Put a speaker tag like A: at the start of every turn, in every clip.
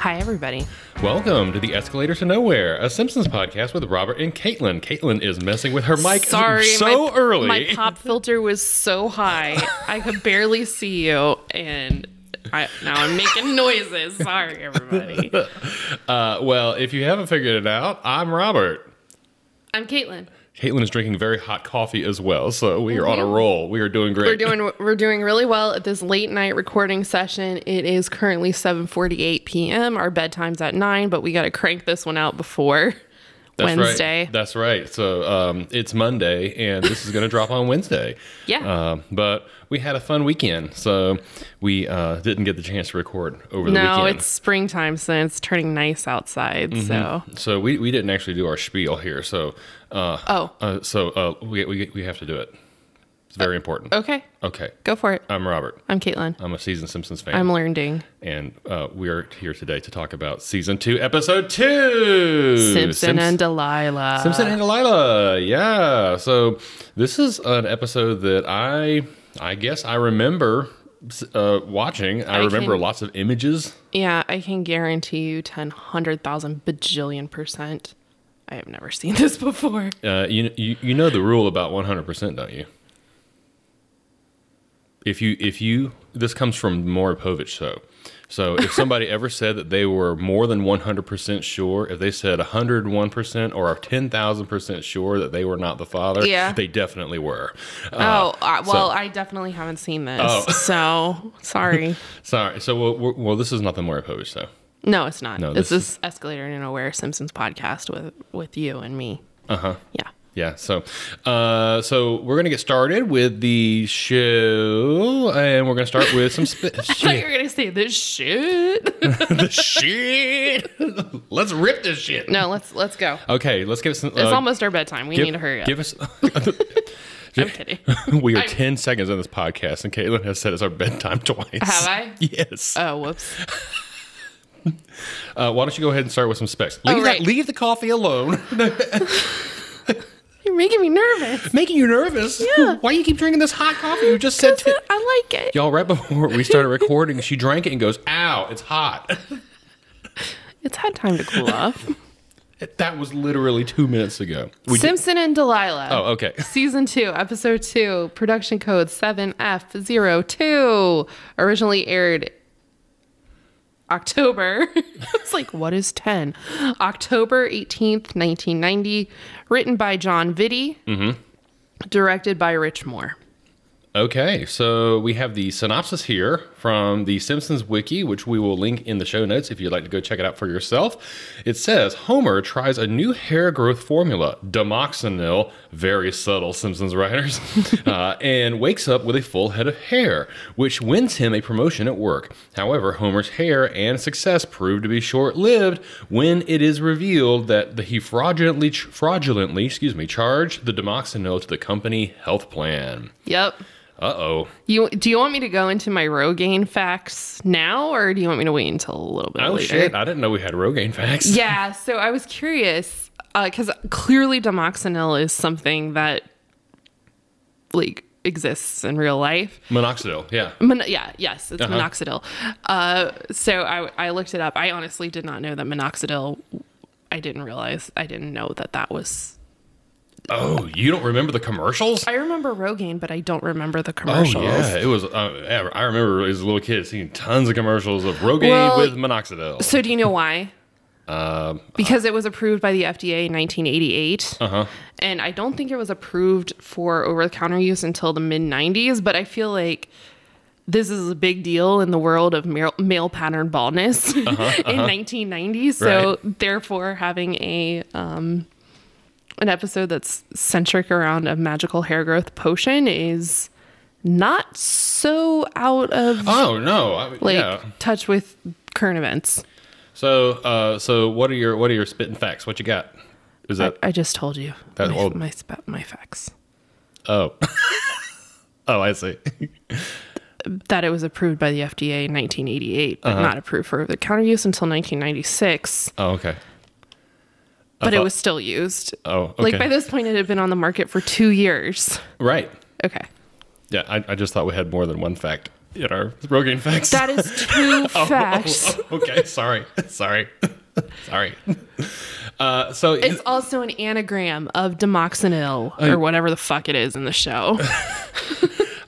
A: Hi, everybody.
B: Welcome to the Escalator to Nowhere, a Simpsons podcast with Robert and Caitlin. Caitlin is messing with her mic
A: Sorry,
B: so
A: my,
B: early.
A: My pop filter was so high, I could barely see you, and I, now I'm making noises. Sorry, everybody.
B: uh, well, if you haven't figured it out, I'm Robert.
A: I'm Caitlin.
B: Caitlin is drinking very hot coffee as well, so we are on a roll. We are doing great.
A: We're doing we're doing really well at this late night recording session. It is currently 7:48 p.m. Our bedtime's at nine, but we got to crank this one out before
B: That's
A: Wednesday.
B: Right. That's right. So um, it's Monday, and this is going to drop on Wednesday.
A: Yeah.
B: Um, but we had a fun weekend, so we uh, didn't get the chance to record over the
A: No,
B: weekend.
A: it's springtime, so it's turning nice outside. So
B: So we, we didn't actually do our spiel here. So uh,
A: Oh.
B: uh, so uh, we, we we have to do it. It's very important.
A: okay,
B: Okay,
A: go for it.
B: I'm Robert.
A: I'm Caitlin.
B: I'm a seasoned Simpsons fan,
A: I'm learning.
B: and uh, we are here today to talk about season two, episode two,
A: Simpson
B: Simps-
A: and Delilah.
B: Simpson and Delilah. Yeah. So this is an episode that I I guess I remember uh, watching. I,
A: I
B: remember
A: can-
B: lots of images.
A: Yeah, I can guarantee you 10, 100,000 bajillion percent. I have never seen this before.
B: Uh, you, you you know the rule about 100%, don't you? If you if you this comes from Maury Povich so. So if somebody ever said that they were more than 100% sure, if they said 101% or 10,000% sure that they were not the father,
A: Yeah.
B: they definitely were.
A: oh, uh, well,
B: so-
A: I definitely haven't seen this.
B: Oh.
A: So, sorry.
B: Sorry. So well, we're- well this is not the Maury Povich though.
A: No, it's not.
B: No,
A: this,
B: this
A: is Escalator to Nowhere Simpsons podcast with with you and me.
B: Uh-huh.
A: Yeah.
B: Yeah, so uh, so we're gonna get started with the show, and we're gonna start with some sp-
A: I thought you were going to say this shit.
B: the shit. Let's rip this shit.
A: no, let's let's go.
B: Okay, let's give some.
A: It's
B: uh,
A: almost our bedtime. We
B: give,
A: need to hurry up.
B: Give us.
A: I'm kidding.
B: we are
A: I'm-
B: ten seconds in this podcast, and Caitlin has said it's our bedtime twice.
A: Have I?
B: Yes. Uh,
A: oh, whoops.
B: why don't you go ahead and start with some specs? Leave,
A: right.
B: that, leave the coffee alone.
A: You're making me nervous.
B: Making you nervous.
A: Yeah.
B: Why you keep drinking this hot coffee? You just said to
A: I like it.
B: y'all right before we started recording. She drank it and goes, "Ow, it's hot."
A: It's had time to cool off.
B: that was literally two minutes ago. We did-
A: Simpson and Delilah.
B: oh, okay.
A: Season 2, Episode 2, Production Code 7F02. Originally aired October. it's like, what is 10? October 18th, 1990. Written by John Vitti.
B: Mm-hmm.
A: Directed by Rich Moore.
B: Okay, so we have the synopsis here from the Simpsons Wiki, which we will link in the show notes if you'd like to go check it out for yourself. It says Homer tries a new hair growth formula, Demoxenil, very subtle Simpsons writers, uh, and wakes up with a full head of hair, which wins him a promotion at work. However, Homer's hair and success prove to be short lived when it is revealed that the, he fraudulently, fraudulently, excuse me, charged the Demoxenil to the company health plan.
A: Yep.
B: Uh oh.
A: You, do you want me to go into my Rogaine facts now, or do you want me to wait until a little bit
B: Oh
A: later?
B: shit! I didn't know we had Rogaine facts.
A: Yeah, so I was curious because clearly Demoxenil is something that like exists in real life.
B: Minoxidil. Yeah.
A: Mon- yeah, yes,
B: Uh-huh.
A: it's minoxidil. Uh, so I, I looked it up. I honestly did not know that minoxidil. I didn't realize. I didn't know that that was.
B: Oh, you don't remember the commercials?
A: I remember Rogaine, but I don't remember the
B: Oh
A: commercials.
B: yeah, it was. Uh, I remember as a little kid seeing tons of commercials of Rogaine
A: Well,
B: with minoxidil.
A: So do you know why?
B: Um,
A: because it was approved by the FDA in 1988.
B: Uh huh.
A: and I don't think it was approved for over the counter use until the mid 90s, but I feel like this is a big deal in the world of male, male pattern baldness
B: Uh-huh,
A: in 1990. So, therefore, having a um, an episode that's centric around a magical hair growth potion is not so out of
B: Oh no. I,
A: like
B: yeah.
A: touch with current events.
B: So, uh, so what are your what are your spitting facts? What you got? Is that?
A: I just told you
B: That
A: my,
B: old-
A: my sp- my facts
B: oh. oh, I see.
A: that it was approved by the FDA in 1988,
B: Uh-huh.
A: but not approved for the counter use until 1996.
B: Oh, okay.
A: But it
B: thought-
A: was still used.
B: Uh-huh. Oh, okay.
A: Like by this point, it had been on the market for two years.
B: right.
A: Okay.
B: Yeah, I, I just thought we had more than one fact. in our Rogaine facts.
A: That is two facts.
B: Oh, okay, sorry, sorry, sorry. Uh, so
A: It's also an anagram of Demoxenil or whatever the fuck it is in the show.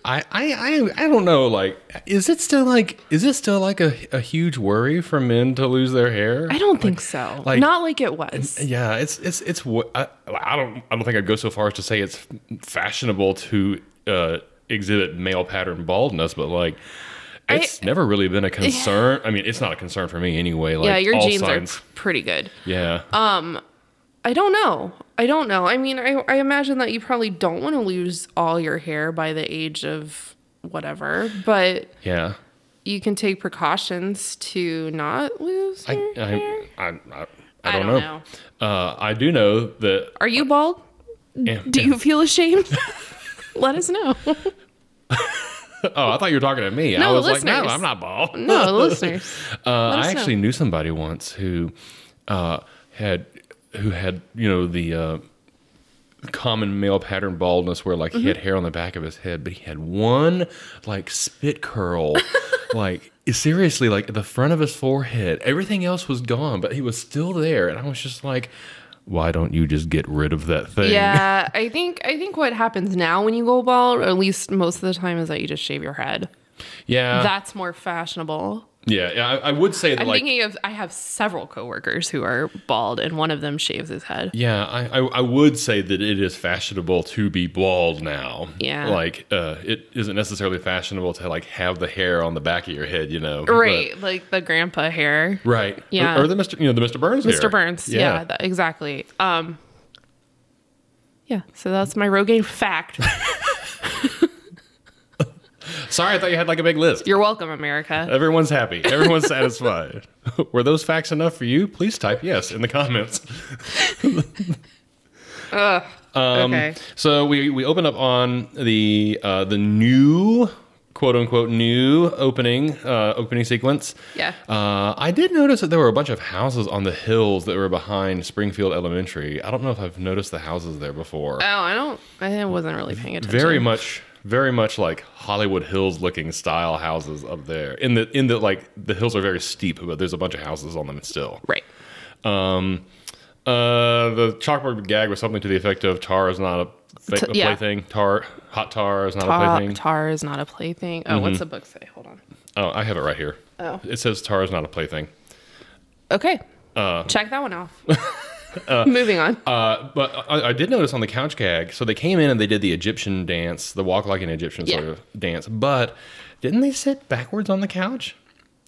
B: I, I, I, I don't know. Like, is it still like, is it still like a, a huge worry for men to lose their hair?
A: I don't think so.
B: like-
A: Not like it was.
B: Yeah, it's it's it's. wh- I, I don't I don't think I'd go so far as to say it's fashionable to uh, exhibit male pattern baldness, but like. It's never really been a concern. I mean, it's not a concern for me anyway. Like
A: Yeah, your
B: all
A: genes
B: signs.
A: are Uh, pretty good.
B: yeah,
A: I don't know. I don't know. I mean, I, I imagine that you probably don't want to lose all your hair by the age of whatever, but
B: yeah.
A: you can take precautions to not lose.
B: I
A: your hair.
B: I, I, I, I
A: I
B: don't
A: don't
B: know. Uh, I do know that.
A: Are you bald? Do you feel ashamed? Let us know.
B: Oh, I thought you were talking to me. I
A: No,
B: was like, no,
A: listeners.
B: I'm not bald.
A: No, listeners.
B: Uh,
A: us
B: I actually
A: know.
B: knew somebody once who uh, had who had you know the uh, common male pattern baldness where
A: Mm-hmm.
B: like he had hair on the back of his head, but he had one like spit curl, like seriously like at the front of his forehead. Everything else was gone, but he was still there, and I was just like, why don't you just get rid of that thing?
A: Yeah, I think I think what happens now when you go bald, or at least most of the time, is that you just shave your head.
B: yeah,
A: That's more fashionable.
B: yeah. yeah, I, I would say that
A: I'm
B: like
A: thinking of I have several coworkers who are bald, and one of them shaves his head.
B: Yeah, I, I, I would say that it is fashionable to be bald now.
A: Yeah.
B: Like, uh, it isn't necessarily fashionable to, like, have the hair on the back of your head, you know? but-
A: Right, like the grandpa hair.
B: right.
A: Yeah.
B: Or, or the Mr. You know, the Mr. Burns hair.
A: Mr. Burns. Yeah, that- exactly. Um, yeah, so that's my Rogaine fact.
B: Sorry, I thought you had, like, a big list.
A: You're welcome, America.
B: Everyone's happy. Everyone's satisfied. Were those facts enough for you? Please type yes in the comments. Um,
A: okay.
B: So we we open up on the uh, the new quote unquote new opening uh, opening sequence.
A: Yeah.
B: Uh, I did notice that there were a bunch of houses on the hills that were behind Springfield Elementary. I don't know if I've noticed the houses there before.
A: Oh, I don't. I wasn't really paying attention.
B: very much very much like Hollywood Hills looking style houses up there. In the in the like the hills are very steep, but there's a bunch of houses on them still.
A: Right.
B: Um, uh, the chalkboard gag was something to the effect of "tar is not a, fa-
A: T-
B: a
A: yeah.
B: plaything. Tar, hot tar is not a
A: Tar,
B: plaything." Mm-hmm.
A: tar is not a plaything. Oh, what's the book say? Hold on.
B: oh, I have it right here.
A: Oh.
B: It says "tar is not a plaything."
A: Okay. Check that one off. Moving on.
B: Uh, but I, I did notice on the couch gag. So they came in and they did the Egyptian dance, the walk like an Egyptian sort
A: Yeah.
B: of dance. But didn't they sit backwards on the couch?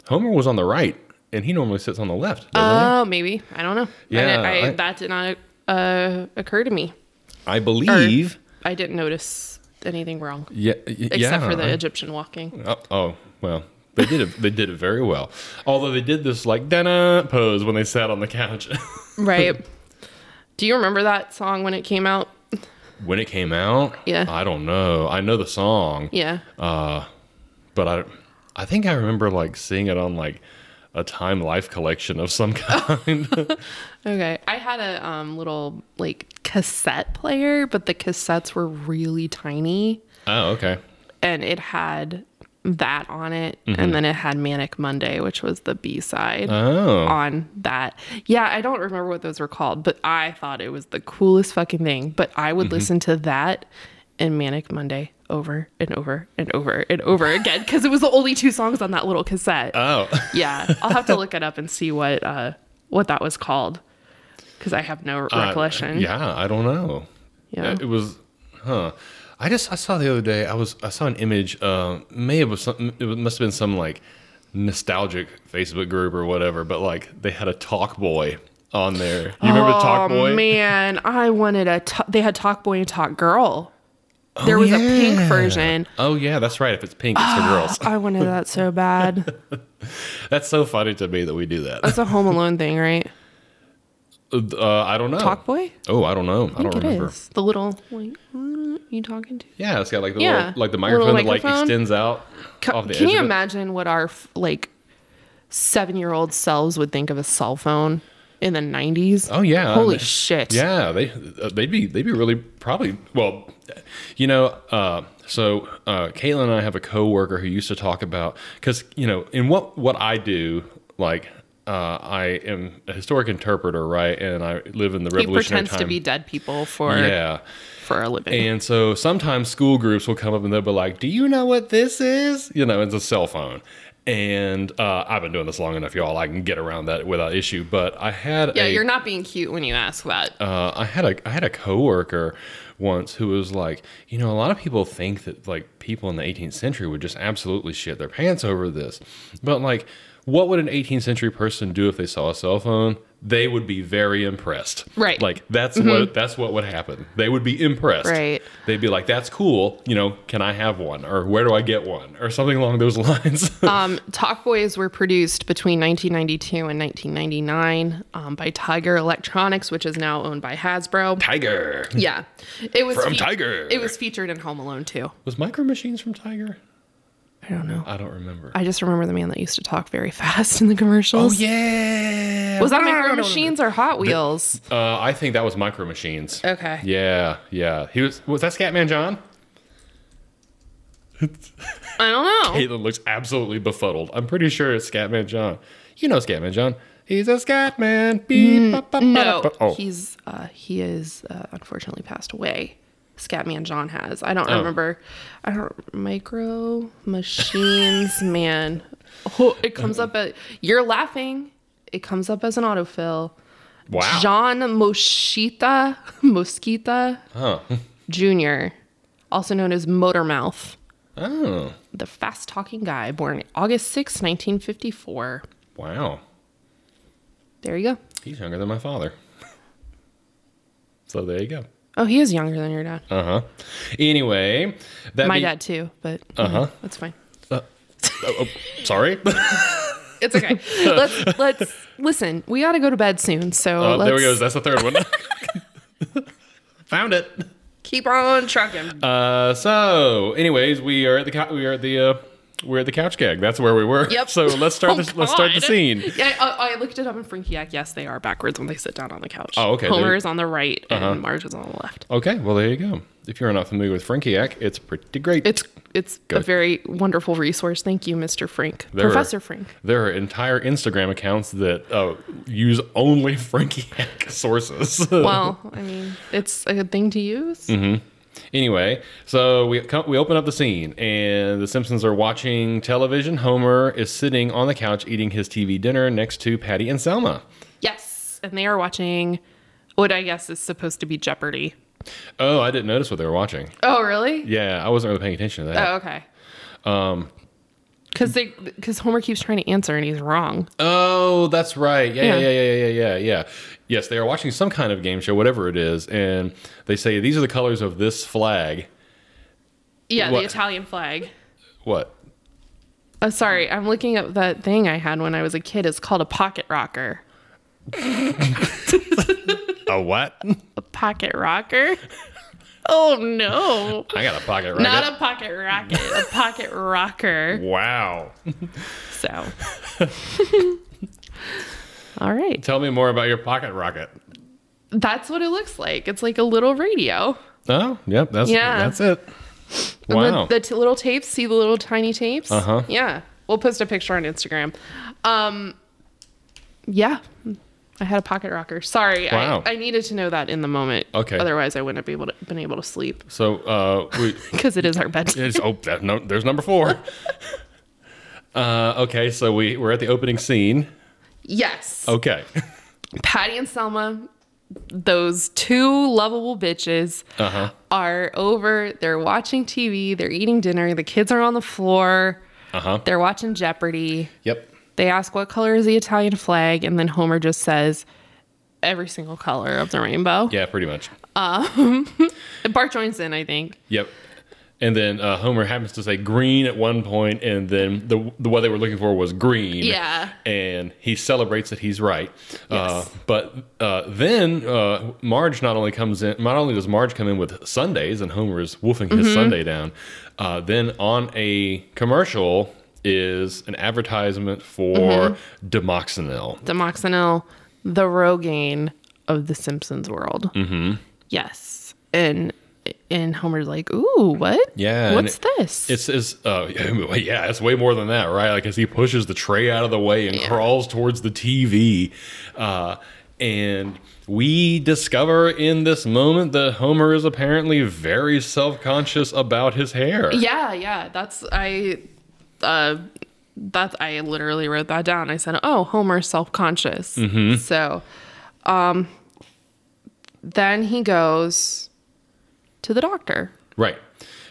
B: Homer was on the right, and he normally sits on the left. doesn't he?
A: Oh, maybe. I don't know. I,
B: Yeah,
A: didn't- I,
B: I-
A: that did not uh, occur to me.
B: I believe.
A: I didn't notice anything wrong
B: yeah. y-
A: except
B: yeah,
A: for the
B: I-
A: Egyptian walking.
B: Oh, oh well, they did it. they did it very well. Although they did this like da pose when they sat on the couch
A: Right. Do you remember that song when it came out?
B: when it came out.
A: Yeah.
B: I don't know. I know the song,
A: Yeah.
B: but I I think I remember like seeing it on like a Time Life collection of some kind.
A: Okay. I had a um, little like cassette player, but the cassettes were really tiny
B: oh, okay.
A: and it had that on it. And then it had Manic Monday, which was the B side.
B: Oh,
A: on that. Yeah, I don't remember what those were called, but I thought it was the coolest fucking thing. But I would listen to that and Manic Monday over and over and over and over again because it was the only two songs on that little cassette.
B: oh,
A: yeah, I'll have to look it up and see what uh, what that was called because I have no recollection.
B: yeah. I don't know.
A: Yeah.
B: Uh, It was, huh? I just I saw the other day. I was I saw an image. Uh, may have was some, it must have been some like nostalgic Facebook group or whatever. But like they had a Talk Boy on there. You remember Talk Boy?
A: Oh man, I wanted a. To- they had Talk Boy and Talk Girl. There was a pink
B: yeah.
A: version.
B: Oh yeah, that's right. If it's pink, it's for girls.
A: I wanted that so bad. Ah.
B: That's so funny to me that we do that.
A: That's a Home Alone thing, right?
B: Uh, I don't know.
A: Talk Boy.
B: Oh, I don't know. I,
A: I
B: don't
A: think it
B: remember.
A: is. The little like "Mm, you talking to?
B: Yeah, it's got like the
A: Yeah.
B: little, like the
A: Little
B: microphone, that like
A: microphone.
B: extends out
A: Ca-
B: off the
A: Can
B: edge
A: you
B: of it.
A: imagine what our f- like seven year old selves would think of a cell phone in the nineties?
B: Oh yeah.
A: Holy
B: They-
A: shit.
B: Yeah, they uh, they'd be they'd be really probably well, you know, uh, So uh, Caitlin and I have a coworker who used to talk about because you know in what what I do like. Uh, I am a historic interpreter, right? And I live in the
A: He
B: revolutionary
A: pretends
B: time.
A: to be dead people for
B: yeah,
A: for a living.
B: and so sometimes school groups will come up and they'll be like, Do you know what this is? You know, it's a cell phone. And uh, I've been doing this long enough, y'all. I can get around that without issue. But I had
A: yeah,
B: a
A: you're not being cute when you ask that.
B: uh, I had a I had a coworker once who was like, you know, a lot of people think that like people in the 18th century would just absolutely shit their pants over this, but like, what would an 18th century person do if they saw a cell phone? They would be very impressed,
A: Right. Mm-hmm.
B: Like that's what that's what would happen. They would be impressed,
A: Right.
B: They'd be like, "That's cool, you know. Can I have one? Or where do I get one? Or something along those lines."
A: Um, Talk Boys were produced between 1992 and 1999 um, by Tiger Electronics, which is now owned by Hasbro.
B: Tiger
A: Yeah, it was
B: From Tiger.
A: It was featured in Home Alone too.
B: was Micro Machines from Tiger.
A: I don't know.
B: I don't remember.
A: I just remember the man that used to talk very fast in the commercials.
B: oh yeah,
A: Was that Micro Machines or Hot Wheels?
B: Uh, I think that was Micro Machines.
A: Okay.
B: Yeah, yeah. He was was that Scatman John?
A: I don't know.
B: Caitlin looks absolutely befuddled. I'm pretty sure it's Scatman John. You know Scatman John. He's a Scatman. Beep, ba, ba, ba, da,
A: Mm, No,
B: ba. Oh.
A: he's uh, he is uh, unfortunately passed away. Scatman John has. I don't
B: Oh.
A: remember. I don't micro machines man. Oh, it comes up at you're laughing. It comes up as an autofill.
B: wow.
A: John Moshita Mosquita
B: Huh.
A: Jr., also known as Motormouth,
B: Oh.
A: the fast talking guy born August 6, 1954.
B: Wow.
A: There you go.
B: He's younger than my father. so there you go.
A: Oh, he is younger than your dad.
B: Uh huh. Anyway, that
A: My
B: be-
A: dad too, but
B: Uh-huh.
A: that's fine.
B: Oh, oh, sorry.
A: It's okay. let's let's listen. We got to go to bed soon, so
B: Oh,
A: let's
B: there we go. That's the third one. Found it.
A: keep on trucking.
B: Uh, so, anyways, we are at the cou- we are at the uh, we're at the couch gag. That's where we were.
A: Yep.
B: So let's start
A: Oh,
B: this. Let's start the
A: God.
B: scene.
A: Yeah, I, I looked it up in Frankiac. Yes, they are backwards when they sit down on the couch.
B: Oh, okay, Uh-huh.
A: Homer
B: there-
A: is on the right and Marge is on the left.
B: Okay. Well, there you go. If you're not familiar with Frankiac, it's pretty great.
A: It's it's
B: Go.
A: a very wonderful resource. Thank you, Mr. Frank,
B: There are-
A: Professor Frank.
B: There are entire Instagram accounts that uh, use only Frankiac sources.
A: Well, I mean, it's a good thing to use.
B: Mm-hmm. Anyway, so we come, we open up the scene, and the Simpsons are watching television. Homer is sitting on the couch eating his TV dinner next to Patty and Selma.
A: Yes, and they are watching what I guess is supposed to be Jeopardy.
B: Oh, I didn't notice what they were watching.
A: Oh, really?
B: Yeah, I wasn't really paying attention to that.
A: Oh, okay. Um, because they because Homer keeps trying to answer and he's wrong.
B: Oh, that's right. Yeah, yeah, yeah,
A: Yeah.
B: yeah, yeah, yeah, yeah. Yes, they are watching some kind of game show, whatever it is, and they say these are the colors of this flag.
A: Yeah,
B: What?
A: the Italian flag.
B: What?
A: Oh, sorry, I'm looking up that thing I had when I was a kid. It's called a pocket rocker.
B: A what?
A: A pocket rocker. Oh no!
B: I got a pocket rocket.
A: Not a pocket rocket. A pocket rocker.
B: wow.
A: So. All right.
B: Tell me more about your pocket rocket.
A: That's what it looks like. It's like a little radio.
B: Oh, yep. That's
A: Yeah.
B: that's it.
A: And
B: Wow.
A: The, the t- little tapes. See the little tiny tapes?
B: Uh-huh.
A: Yeah. We'll post a picture on Instagram. Um, yeah. I had a pocket rocker. Sorry.
B: Wow.
A: I, I needed to know that in the moment.
B: Okay.
A: Otherwise, I wouldn't have been able to, been able to sleep
B: so, uh, we,
A: because it is our bed.
B: it's, oh, that, no, there's number four. Uh, okay, so we we're at the opening scene.
A: yes.
B: Okay.
A: Patty and Selma, those two lovable bitches,
B: Uh huh.
A: are over. They're watching TV. They're eating dinner. The kids are on the floor.
B: Uh huh.
A: They're watching Jeopardy.
B: Yep.
A: They ask what color is the Italian flag, and then Homer just says every single color of the rainbow.
B: Yeah, pretty much.
A: And Bart joins in, I think.
B: Yep. And then uh, Homer happens to say green at one point, and then the the what they were looking for was green.
A: Yeah.
B: And he celebrates that he's right. Uh,
A: Yes.
B: but uh, then uh, Marge not only comes in, not only does Marge come in with Sundays, and Homer is wolfing his
A: Mm-hmm.
B: Sunday down. Uh, then on a commercial is an advertisement for
A: Mm-hmm.
B: Demoxenil.
A: Demoxenil, the Rogaine of the Simpsons world. Mm-hmm. Yes. And and Homer's like, "Ooh, what?
B: Yeah, and
A: what's
B: it-
A: this?"
B: It's is uh yeah, it's way more than that, right? Like as he pushes the tray out of the way and crawls towards the TV, uh, and we discover in this moment that Homer is apparently very self-conscious about his hair.
A: yeah, yeah. That's I. Uh, that I literally wrote that down. I said, "Oh, Homer's self-conscious."
B: Mm-hmm.
A: So, um, then he goes to the doctor.
B: Right.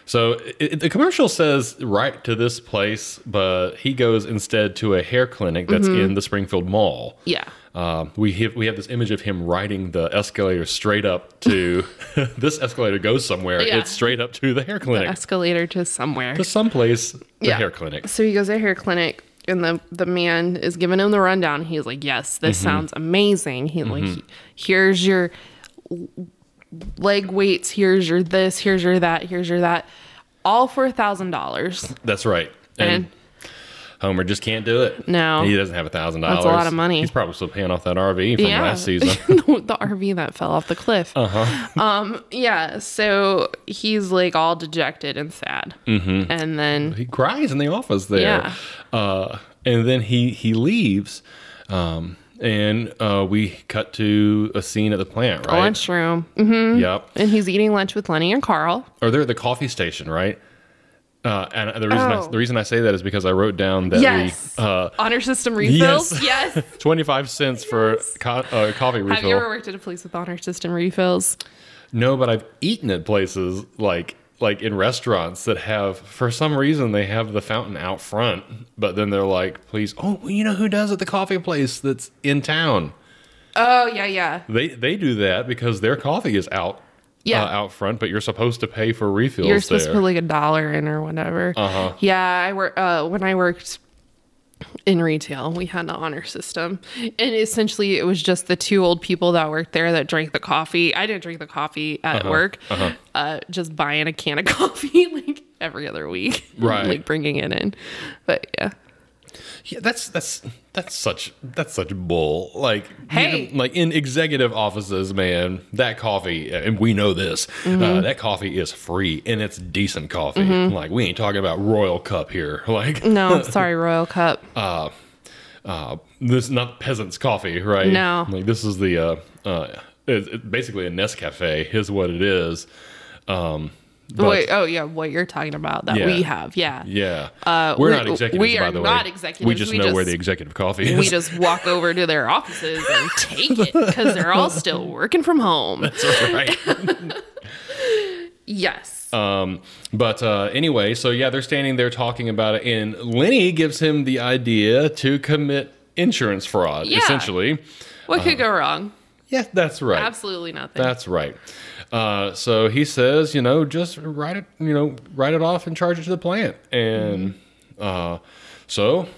B: So it, the commercial says right to this place, but he goes instead to a hair clinic that's in the Springfield Mall.
A: Yeah.
B: Um, we have we have this image of him riding the escalator straight up to this escalator goes somewhere.
A: Yeah.
B: It's straight up to the hair clinic.
A: Escalator to somewhere.
B: to someplace the
A: Yeah.
B: hair clinic.
A: So he goes to a hair clinic, and the the man is giving him the rundown. He's like, "Yes, this
B: Mm-hmm.
A: sounds amazing." He like, "Here's your l- leg weights. Here's your this. Here's your that. Here's your that." All for a thousand dollars.
B: That's right. And,
A: And-
B: Homer just can't do it.
A: No.
B: He doesn't have a thousand dollars.
A: a lot of money.
B: He's probably still paying off that RV from
A: Yeah,
B: last season. Uh-huh.
A: the, the RV that fell off the cliff. Uh huh. Um. Yeah. So he's like all dejected and sad, mm-hmm. and then
B: he cries in the office there.
A: Yeah.
B: Uh, and then he he leaves. Um, and uh, we cut to a scene at the plant, right?
A: lunchroom, hmm
B: Yep.
A: and he's eating lunch with Lenny and Carl.
B: Or they're at the coffee station, right? Uh, and the reason I,
A: Oh.
B: the reason I say that is because I wrote down that
A: Yes.
B: we uh,
A: Honor system refills. yes.
B: twenty five cents for co- uh, coffee refill.
A: Have you ever worked at a place with honor system refills?
B: No, but I've eaten at places like like in restaurants that have for some reason they have the fountain out front, but then they're like, please, oh, well, you know who does at the coffee place that's in town?
A: Oh yeah, yeah,
B: They they do that because their coffee is out
A: Yeah.
B: uh, out front, but you're supposed to pay for refills
A: You're supposed
B: there.
A: to put like a dollar in or whatever.
B: Uh-huh.
A: Yeah, I work uh, when I worked in retail. We had an honor system, and essentially it was just the two old people that worked there that drank the coffee. I didn't drink the coffee at
B: Uh-huh.
A: work. uh just buying a can of coffee like every other week,
B: Right.
A: like bringing it in. But yeah,
B: yeah, that's that's that's such that's such bull. Like you
A: Hey.
B: know, like in executive offices, man, that coffee and we know this. Uh,
A: Mm-hmm.
B: that coffee is free and it's decent coffee. Like we ain't talking about Royal Cup here. Like
A: no, sorry, Royal Cup.
B: uh, this is not peasants' coffee, right?
A: No.
B: Like this is the uh, uh, it's it's basically a Nescafe is what it is. Um, but-
A: Wait, oh yeah, what you're talking about that
B: Yeah.
A: we have, yeah.
B: Yeah,
A: Uh,
B: we're
A: we-
B: not executives.
A: we
B: by
A: are
B: the way.
A: not
B: We
A: executives.
B: just
A: We
B: know where
A: just-
B: the executive coffee is.
A: we just walk over to their offices and take it because they're all still working from home.
B: That's right.
A: Yes.
B: Um, but uh, anyway, so yeah, they're standing there talking about it, and Lenny gives him the idea to commit insurance fraud,
A: Yeah.
B: essentially.
A: what
B: uh-huh.
A: could go wrong?
B: Yeah, that's right.
A: Absolutely nothing.
B: That's right. Uh, so he says, you know, just write it, you know, write it off and charge it to the plant. And
A: Mm-hmm.
B: uh, so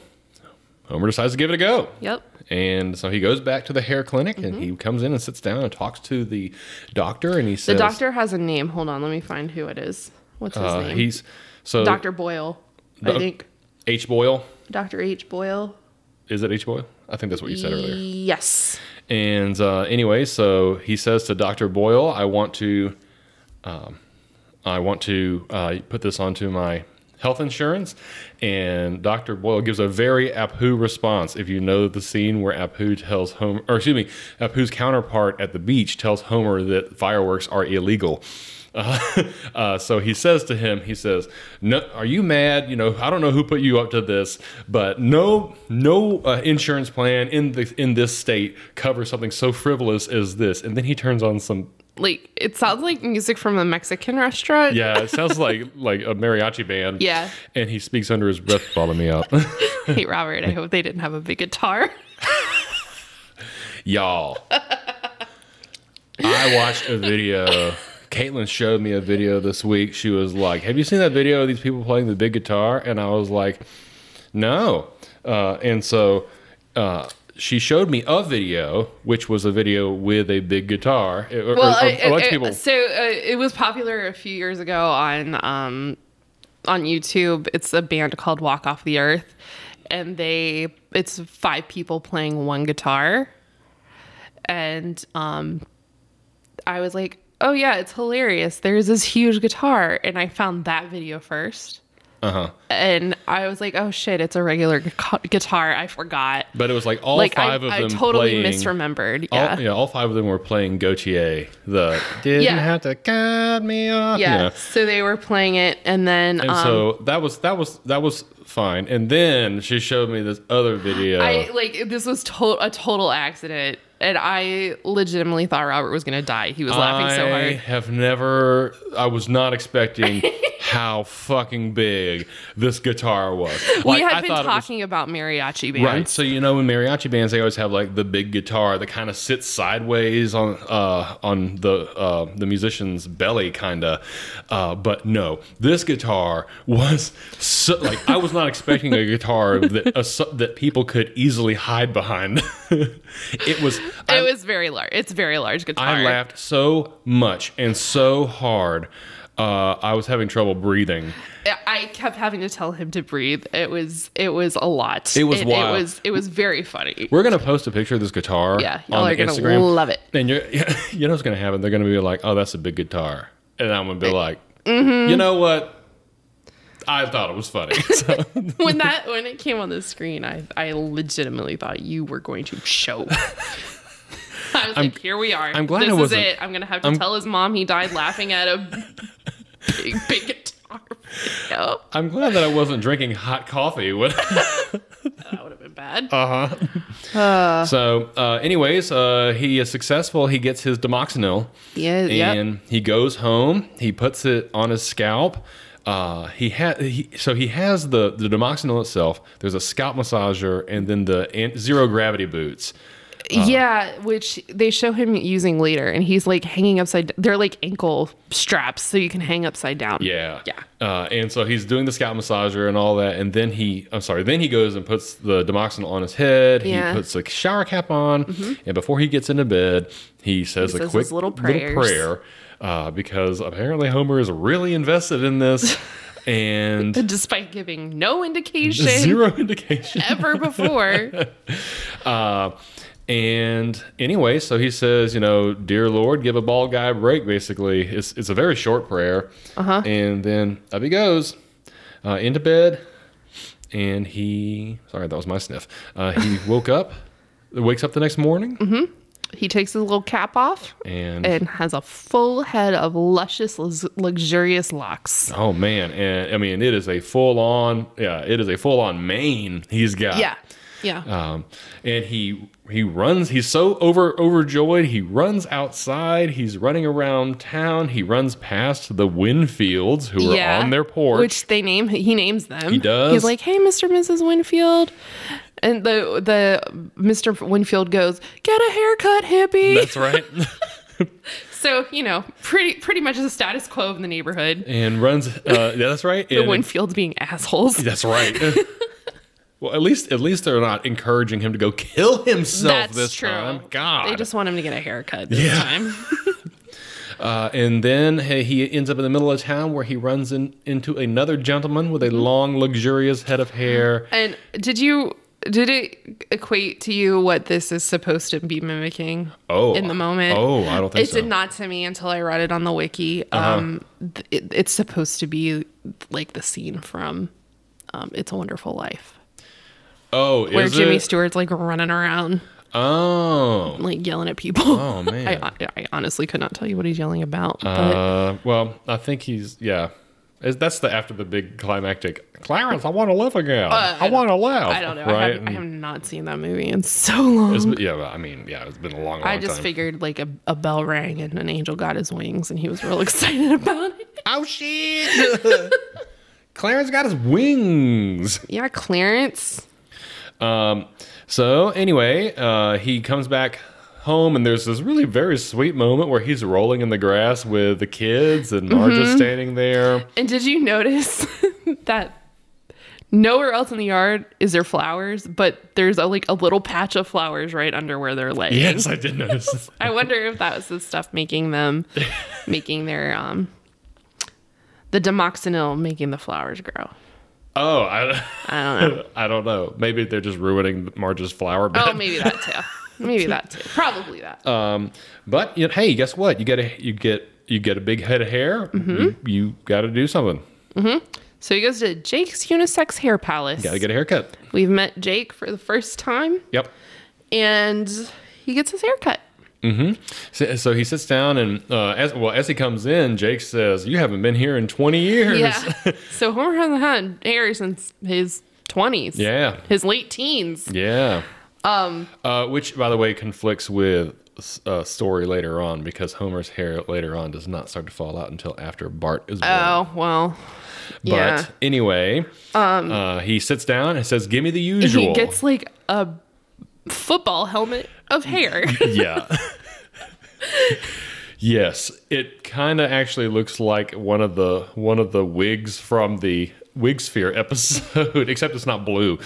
B: Homer decides to give it a go.
A: yep. Mm-hmm.
B: And so he goes back to the hair clinic and he comes in and sits down and talks to the doctor and he
A: The
B: says,
A: doctor has a name. Hold on, let me find who it is. What's his
B: uh,
A: name?
B: he's so
A: Dr. Boyle, I
B: Doc-
A: think.
B: H. Boyle.
A: Dr. H. Boyle.
B: Is it H Boyle? I think that's what you said earlier.
A: Yes.
B: And uh, anyway, so he says to Doctor Boyle, "I want to, um, I want to uh, put this onto my health insurance." And Doctor Boyle gives a very Apu response. If you know the scene where Apu tells Homer, or excuse me, Apu's counterpart at the beach tells Homer that fireworks are illegal. Uh, uh, so he says to him, he says, "No, are you mad? You know, I don't know who put you up to this, but no, no uh, insurance plan in the in this state covers something so frivolous as this." And then he turns on some.
A: Like, it sounds like music from a Mexican restaurant.
B: Yeah, it sounds like like a mariachi band.
A: Yeah.
B: and he speaks under his breath, "Follow me out,
A: Hey, Robert, I hope they didn't have a big guitar.
B: y'all." I watched a video. Caitlin showed me a video this week. She was like, "Have you seen that video of these people playing the big guitar?" And I was like, "No." Uh, and so uh, she showed me a video, which was a video with a big guitar. It- or-
A: Well,
B: or-
A: I-
B: a bunch of
A: I-
B: people.
A: so uh, it was popular a few years ago on um, on YouTube. It's a band called Walk Off the Earth, and they it's five people playing one guitar, and um, I was like. oh yeah, it's hilarious. There's this huge guitar, and I found that video first.
B: Uh huh.
A: And I was like, oh shit, it's a regular gu- guitar. I forgot.
B: But it was like all
A: like
B: five
A: I,
B: of
A: I
B: them
A: totally
B: playing.
A: misremembered.
B: All,
A: Yeah.
B: yeah, all five of them were playing Gautier. The didn't
A: Yeah.
B: have to cut me off.
A: yeah.
B: Yeah.
A: So they were playing it, and then
B: And
A: um,
B: so that was that was that was fine. And then she showed me this other video.
A: I like this was to- a total accident, and I legitimately thought Robert was gonna die. He was laughing so
B: I
A: hard.
B: have never. I was not expecting how fucking big this guitar was. Like,
A: we had
B: I
A: been
B: thought it was-
A: talking about mariachi bands.
B: Right. So you know, in mariachi bands, they always have like the big guitar that kind of sits sideways on uh, on the uh, the musician's belly, kind of. Uh, but no, this guitar was so, like I was not expecting a guitar that a, su- that people could easily hide behind. it was. I,
A: it was very large. It's a very large guitar.
B: I laughed so much and so hard. Uh, I was having trouble breathing.
A: I kept having to tell him to breathe. It was it was a lot.
B: It was
A: it,
B: wild.
A: It was it was very funny.
B: We're gonna post a picture of this guitar.
A: Yeah, y'all
B: on
A: are
B: the
A: gonna
B: Instagram.
A: love it.
B: And you're, you know what's gonna happen? They're gonna be like, "Oh, that's a big guitar," and I'm gonna be like, "You know what? I thought it was funny." So,
A: when that when it came on the screen, I I legitimately thought you were going to choke. I was like, here we are.
B: I'm glad
A: this
B: I
A: is
B: wasn't-
A: it. I'm gonna have to tell his mom he died laughing at a big big guitar. video.
B: I'm glad that I wasn't drinking hot coffee. When,
A: That would have been bad.
B: uh, so, uh, anyways, uh, he is successful. He gets his Demoxenil.
A: yeah, yeah.
B: and he goes home. He puts it on his scalp. Uh, he had he, so he has the the Demoxenil itself. There's a scalp massager, and then the an- zero gravity boots. uh,
A: yeah, which they show him using later, and he's like hanging upside. They're like ankle straps, so you can hang upside down.
B: Yeah.
A: Yeah.
B: Uh, and so he's doing the scalp massager and all that, and then he, I'm sorry, then he goes and puts the Demoxenil on his head.
A: Yeah. Mm-hmm.
B: He puts a shower cap on, and before he gets into bed, he says
A: He
B: a
A: says
B: quick
A: his little prayers.
B: prayer uh, because apparently Homer is really invested in this, and
A: Despite giving no indication
B: zero indication.
A: ever before.
B: Uh, and anyway, so he says, you know, dear Lord, give a bald guy a break. Basically, it's it's a very short prayer. Uh-huh. And then up he goes uh, into bed, and he sorry that was my sniff. Uh, he woke up, wakes up the next morning,
A: He takes his little cap off
B: and,
A: and has a full head of luscious, lux- luxurious locks.
B: oh man, and I mean it is a full on yeah, it is a full on mane he's got.
A: Yeah. Uh, Yeah.
B: Um, and he he runs. He's so over overjoyed. He runs outside. He's running around town. He runs past the Winfields who are
A: yeah.
B: on their porch.
A: Which they name he names them. He
B: does.
A: He's like, "Hey, Mr. and Mrs. Winfield." And the the Mr. Winfield goes, "Get a haircut, hippie."
B: That's right.
A: so, you know, pretty pretty much the status quo of the neighborhood.
B: and runs. Uh, yeah, that's right.
A: The
B: And-
A: Winfields being assholes.
B: That's right. well, at least at least they're not encouraging him to go kill himself
A: That's
B: this
A: true.
B: time. God.
A: They just want him to get a haircut this
B: Yeah.
A: time.
B: Uh, and then hey, he ends up in the middle of town where he runs in, into another gentleman with a
A: Mm-hmm.
B: long, luxurious head of hair.
A: And did you did it equate to you what this is supposed to be mimicking?
B: Oh,
A: in the moment.
B: Oh, I don't think
A: it
B: so. Uh-huh.
A: did not to me until I read it on the wiki. Um, th- it, it's supposed to be like the scene from um, "It's a Wonderful Life,"
B: Oh, is
A: where Jimmy
B: it?
A: Stewart's like running around,
B: oh,
A: like yelling at people.
B: oh man.
A: I, I honestly could not tell you what he's yelling about, but
B: uh, well, I think he's yeah. Is- That's the after the big climactic. Clarence, I want to live again. I,
A: I
B: want to laugh.
A: Uh, I don't know. I,
B: Right?
A: have, I have not seen that movie in so long.
B: It's been- yeah, I mean, yeah, it's been a long, long
A: I just
B: time.
A: figured like a, a bell rang and an angel got his wings and he was real excited about it.
B: oh shit! Clarence got his wings.
A: Yeah, Clarence.
B: Um, so anyway, uh, he comes back home and there's this really very sweet moment where he's rolling in the grass with the kids and Marge's
A: Mm-hmm.
B: standing there.
A: And did you notice that nowhere else in the yard is there flowers, but there's a, like a little patch of flowers right under where they're laying.
B: Yes, I did notice.
A: I wonder if that was the stuff making them, making their um, the demoxenil making the flowers grow.
B: Oh, I,
A: I don't know.
B: I don't know. Maybe they're just ruining Marge's flower bed.
A: Oh, maybe that too. Maybe that too. Probably that.
B: Um, but you know, hey, guess what? You get a, you get you get a big head of hair, you,
A: Mm-hmm.
B: you got to do something.
A: So he goes to Jake's unisex hair palace.
B: Got to get a haircut.
A: We've met Jake for the first time,
B: Yep.
A: and he gets his hair cut.
B: So, so he sits down and uh, as well as he comes in, Jake says, "You haven't been here in 20 years."
A: Yeah. so Homer hasn't had hair since his twenties.
B: yeah.
A: His late teens.
B: Yeah. Um. Uh, which, by the way, conflicts with a story later on because Homer's hair later on does not start to fall out until after Bart is born.
A: Oh well.
B: but
A: yeah.
B: anyway, um, uh, he sits down and says, "Give me the usual."
A: He gets like a football helmet of hair.
B: yeah. yes, it kind of actually looks like one of the one of the wigs from the Wig Sphere episode, except it's not blue.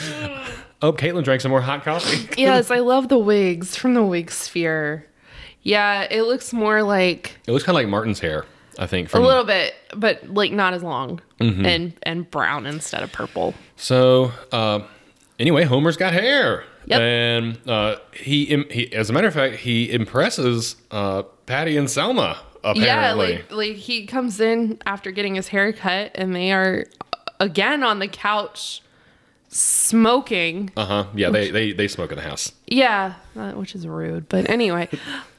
B: Oh, Caitlin drank some more hot coffee.
A: yes, I love the wigs from the wig sphere. Yeah, it looks more like
B: It looks kind of like Martin's hair, I think.
A: a
B: From
A: little Mm. Mm-hmm. bit, but like not as long and and brown instead of purple.
B: so, uh, anyway, Homer's got hair,
A: Yep.
B: and uh, he, im- he, as a matter of fact, he impresses uh, Patty and Selma. Apparently,
A: Yeah, like like he comes in after getting his hair cut and they are uh, again on the couch smoking.
B: uh huh. Yeah, they, they they smoke in the house.
A: Yeah, uh, which is rude, but anyway.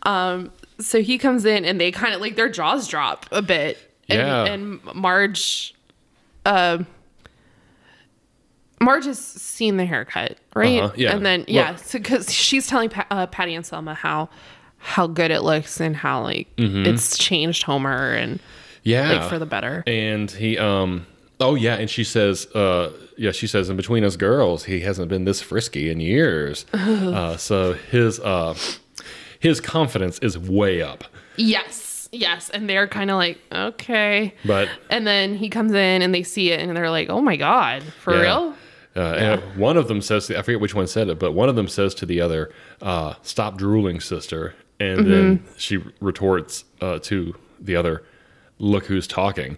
A: Um so he comes in and they kind of like their jaws drop a bit. And
B: Yeah.
A: and Marge um Marge has seen the haircut, right?
B: Uh-huh, yeah.
A: And then yeah, because she's telling pa- uh, Patty and Selma how how good it looks and how like it's changed Homer and
B: Mm-hmm. Yeah,
A: like for the better.
B: and he um oh yeah and she says uh yeah she says in between us girls he hasn't been this frisky in years uh, so his uh his confidence is way up
A: Yes, yes, and they're kind of like okay,
B: but
A: and then he comes in and they see it and they're like, oh my god, for
B: yeah.
A: real?
B: uh, and one of them says i forget which one said it but one of them says to the other uh stop drooling sister and then she retorts uh to the other look who's talking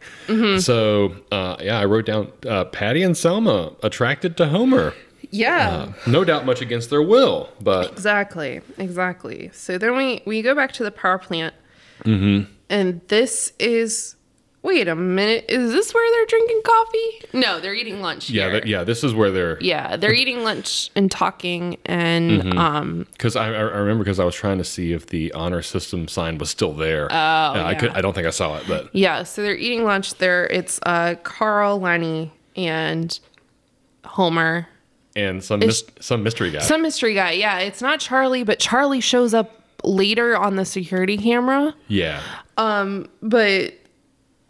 B: so uh yeah i wrote down uh, patty and selma attracted to homer
A: Yeah,
B: no doubt much against their will but
A: exactly, exactly. So then we we go back to the power plant,
B: Mm-hmm.
A: and this is. Wait a minute. Is this where they're drinking coffee? No, they're eating lunch.
B: Yeah,
A: here.
B: that, yeah. This is where they're
A: yeah. They're eating lunch and talking, and
B: Mm-hmm.
A: um,
B: because I, I I remember because I was trying to see if the honor system sign was still there. Oh, I could.
A: yeah.
B: I don't think I saw it, but
A: Yeah, so they're eating lunch. There, it's uh, Carl, Lenny, and Homer.
B: and some mis- some mystery guy.
A: Some mystery guy. Yeah, it's not Charlie, but Charlie shows up later on the security camera.
B: yeah,
A: But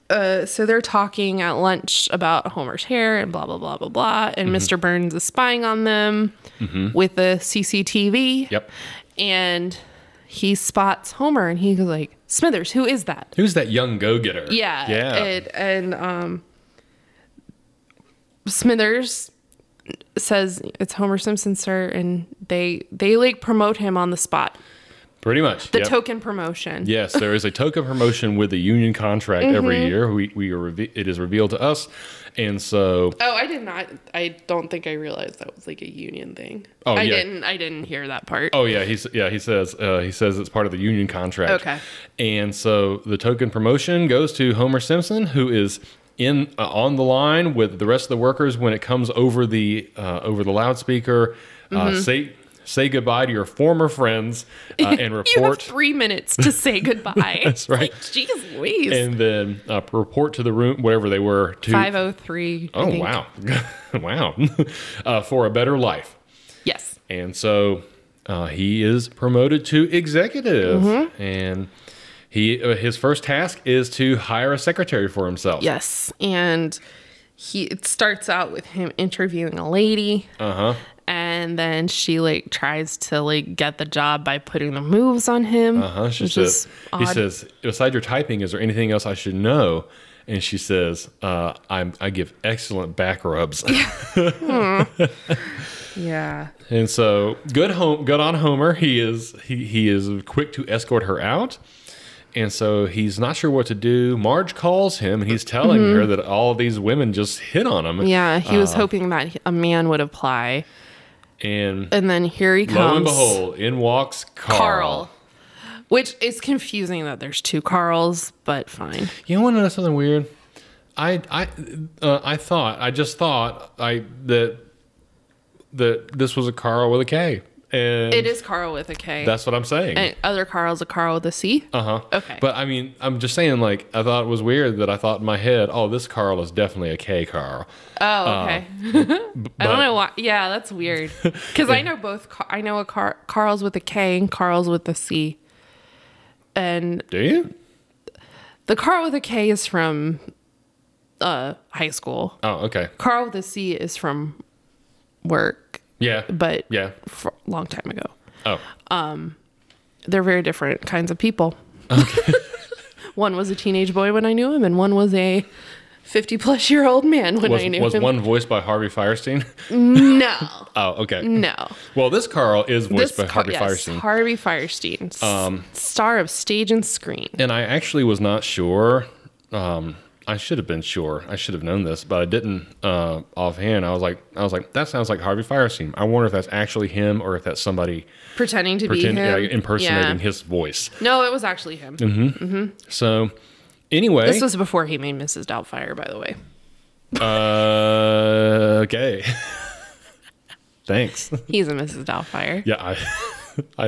A: uh, so they're talking at lunch about Homer's hair and blah blah blah blah blah,
B: Mm-hmm.
A: and Mr. Burns is spying on them with a CCTV.
B: yep.
A: And he spots Homer, and he's like, "Smithers, who is that?"
B: Who's that young go getter?
A: Yeah.
B: yeah.
A: And, and um, Smithers says it's Homer Simpson, sir, and they they like promote him on the spot.
B: pretty much.
A: The
B: yep.
A: token promotion.
B: Yes, there is a token promotion with a union contract
A: Mm-hmm.
B: every year. We we are reve- it is revealed to us, and so
A: Oh, I did not. I don't think I realized that was like a union thing.
B: Oh,
A: I
B: yeah.
A: didn't. I didn't hear that part.
B: Oh yeah, he's yeah he says uh, he says it's part of the union contract.
A: Okay.
B: And so the token promotion goes to Homer Simpson, who is in uh, on the line with the rest of the workers when it comes over the uh, over the loudspeaker.
A: Mm-hmm.
B: Uh, say say goodbye to your former friends uh, and
A: you have
B: report.
A: three minutes to say goodbye. That's
B: right.
A: Jeez Louise.
B: and then uh, report to the room, whatever they were. To
A: Five oh three.
B: oh wow, wow, uh, for a better life.
A: Yes.
B: And so uh, he is promoted to executive,
A: Mm-hmm.
B: and he uh, his first task is to hire a secretary for himself.
A: Yes. And he it starts out with him interviewing a lady.
B: Uh huh.
A: and then she like tries to like get the job by putting the moves on him.
B: Uh huh. She
A: which
B: says.
A: is
B: He
A: odd.
B: says, "Beside your typing, is there anything else I should know?" And she says, uh, I'm, "I give excellent back rubs."
A: "Yeah,
B: and so, good home, good on Homer. He is he he is quick to escort her out. And so he's not sure what to do. Marge calls him and he's telling her that all these women just hit on him.
A: Mm-hmm. yeah." He
B: Uh.
A: was hoping that a man would apply,
B: And
A: and then here he comes,
B: Lo and behold, in walks Carl.
A: Carl. Which is confusing that there's two Carls, but fine.
B: You want to know something weird? I I uh, I thought I just thought I that that this was a Carl with a K, and
A: It is Carl with a K.
B: that's what I'm saying.
A: and other Carl's a Carl with a C.
B: uh huh.
A: Okay.
B: But I mean, I'm just saying, like, I thought it was weird that I thought in my head, oh, this Carl is definitely a K Carl.
A: oh, okay. I
B: uh, but-
A: don't know why. Yeah, that's weird. Because I know both. Car- I know a Car- Carl's with a K and Carl's with a C. And
B: Do you?
A: the Carl with a K is from uh, high school.
B: Oh, okay.
A: Carl with a C is from work,
B: Yeah.
A: but
B: yeah.
A: fr- long time ago.
B: Oh.
A: They're very different kinds of people. one was a teenage boy when I knew him, and one was a 50 plus year old man when
B: Was,
A: I knew
B: was
A: him.
B: one voiced by Harvey Firestein?
A: No,
B: Oh, okay.
A: no.
B: Well, this Carl is voiced by
A: Mm. Car-
B: Harvey
A: yes,
B: Firestein. Um,
A: Harvey Firestein, s- star of stage and screen.
B: and I actually was not sure. Um, I should have been sure. I should have known this, but I didn't uh, offhand. I was like, I was like, that sounds like Harvey Firestein. I wonder if that's actually him or if that's somebody
A: Pretending to
B: pretend,
A: be him.
B: yeah, impersonating Mm-hmm.
A: Yeah.
B: his voice.
A: No, it was actually him.
B: So, anyway,
A: This was before he made Mrs. Doubtfire, by the way.
B: uh, okay. Thanks.
A: He's a Mrs. Doubtfire.
B: Yeah, I,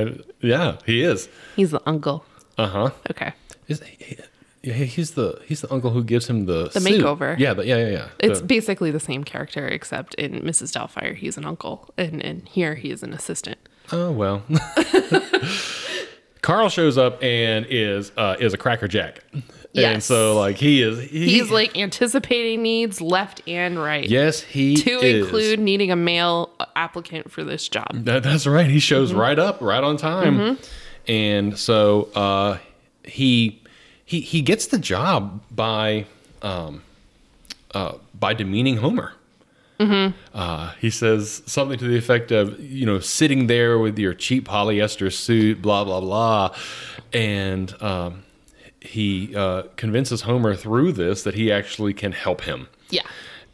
B: I, yeah, he is.
A: He's the uncle.
B: Uh huh.
A: Okay.
B: Is he, he- he's the he's the uncle who gives him the the
A: makeover.
B: Yeah, the, yeah, yeah, yeah.
A: It's
B: The-
A: basically the same character, except in Mrs. Doubtfire, he's an uncle, and, and here he is an assistant.
B: Oh well. Carl shows up and is uh, is a crackerjack, and
A: Yes.
B: so like he is he-
A: He's like anticipating needs left and right.
B: yes he
A: To
B: is. Mm.
A: include needing a male applicant for this job.
B: That- that's right he shows right up right on time, and so uh, he he he gets the job by um, uh, by demeaning Homer. Uh, he says something to the effect of, you know, sitting there with your cheap polyester suit, blah blah blah, and um, he uh, convinces Homer through this that he actually can help him.
A: Yeah.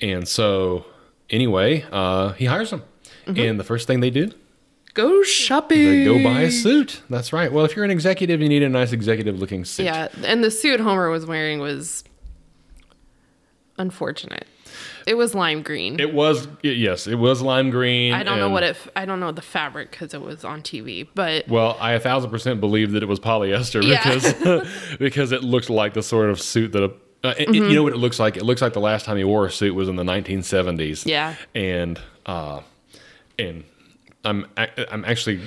B: And so, anyway, uh, he hires him, and the first thing they do,
A: Go shopping.
B: they go buy a suit. That's right. Well, if you're an executive, you need a nice executive-looking suit.
A: Yeah, and the suit Homer was wearing was unfortunate. It was lime green.
B: It was y- yes, it was lime green.
A: I don't know
B: and-
A: what it. I don't know the fabric because it was on TV, but
B: Well, I a thousand percent believe that it was polyester
A: Yeah.
B: because because it looked like the sort of suit that a uh, it- it-
A: Mm-hmm.
B: you know what it looks like. It looks like the last time he wore a suit was in the 1970s.
A: Yeah.
B: and uh, and I'm ac- I'm actually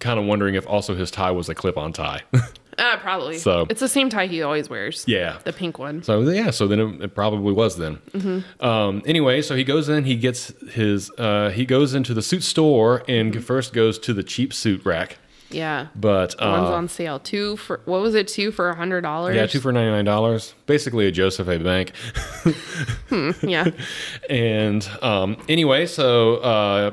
B: kind of wondering if also his tie was a clip-on tie.
A: uh, probably.
B: So-
A: it's the same tie he always wears.
B: yeah,
A: the pink one.
B: So yeah, so then it, it probably was then.
A: Mm-hmm.
B: Um, anyway, so he goes in, he gets his, uh, he goes into the suit store and
A: Mm-hmm.
B: first goes to the cheap suit rack,
A: Yeah,
B: but uh,
A: one's on sale. Two for what was it? Two for a hundred dollars.
B: yeah, two for ninety nine dollars, basically a Joseph A. Bank.
A: yeah.
B: And um, anyway, so uh,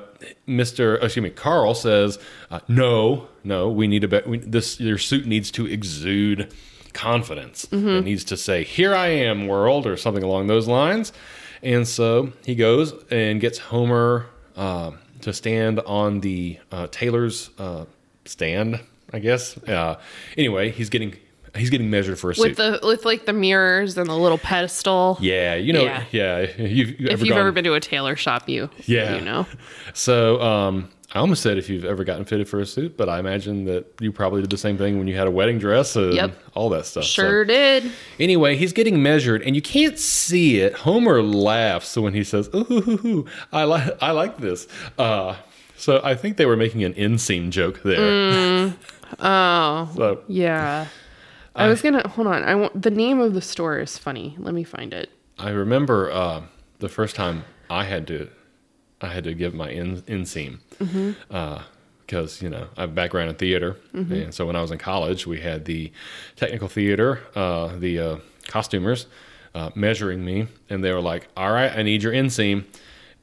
B: Mr. Excuse me, Carl says, uh, "No, no, we need a bet. We, this your suit needs to exude confidence.
A: Mm-hmm.
B: It needs to say, here I am, world,' or something along those lines." And so he goes and gets Homer um to stand on the uh, tailor's uh, stand, I guess. Uh, anyway, he's getting he's getting measured for a
A: with
B: suit.
A: the with like the mirrors and the little pedestal.
B: yeah, you know,
A: Yeah.
B: yeah. You've,
A: if
B: ever
A: you've
B: gone,
A: ever been to a tailor shop, you
B: Yeah.
A: you know.
B: So um, I almost said if you've ever gotten fitted for a suit, but I imagine that you probably did the same thing when you had a wedding dress and
A: Yep.
B: all that stuff. So
A: Sure did.
B: anyway, he's getting measured, and you can't see it. Homer laughs when he says, "Ooh, hoo, hoo, hoo. I like I like this." Uh, so I think they were making an inseam joke
A: Mm.
B: there.
A: Oh,
B: So
A: Yeah. I, was gonna hold on. I want the name of the store is funny. Let me find it.
B: I remember uh, the first time I had to I had to give my in, inseam
A: Mm-hmm.
B: uh, because you know I have a background in theater, and so when I was in college, we had the technical theater, uh, the uh, costumers uh, measuring me, and they were like, "All right, I need your inseam,"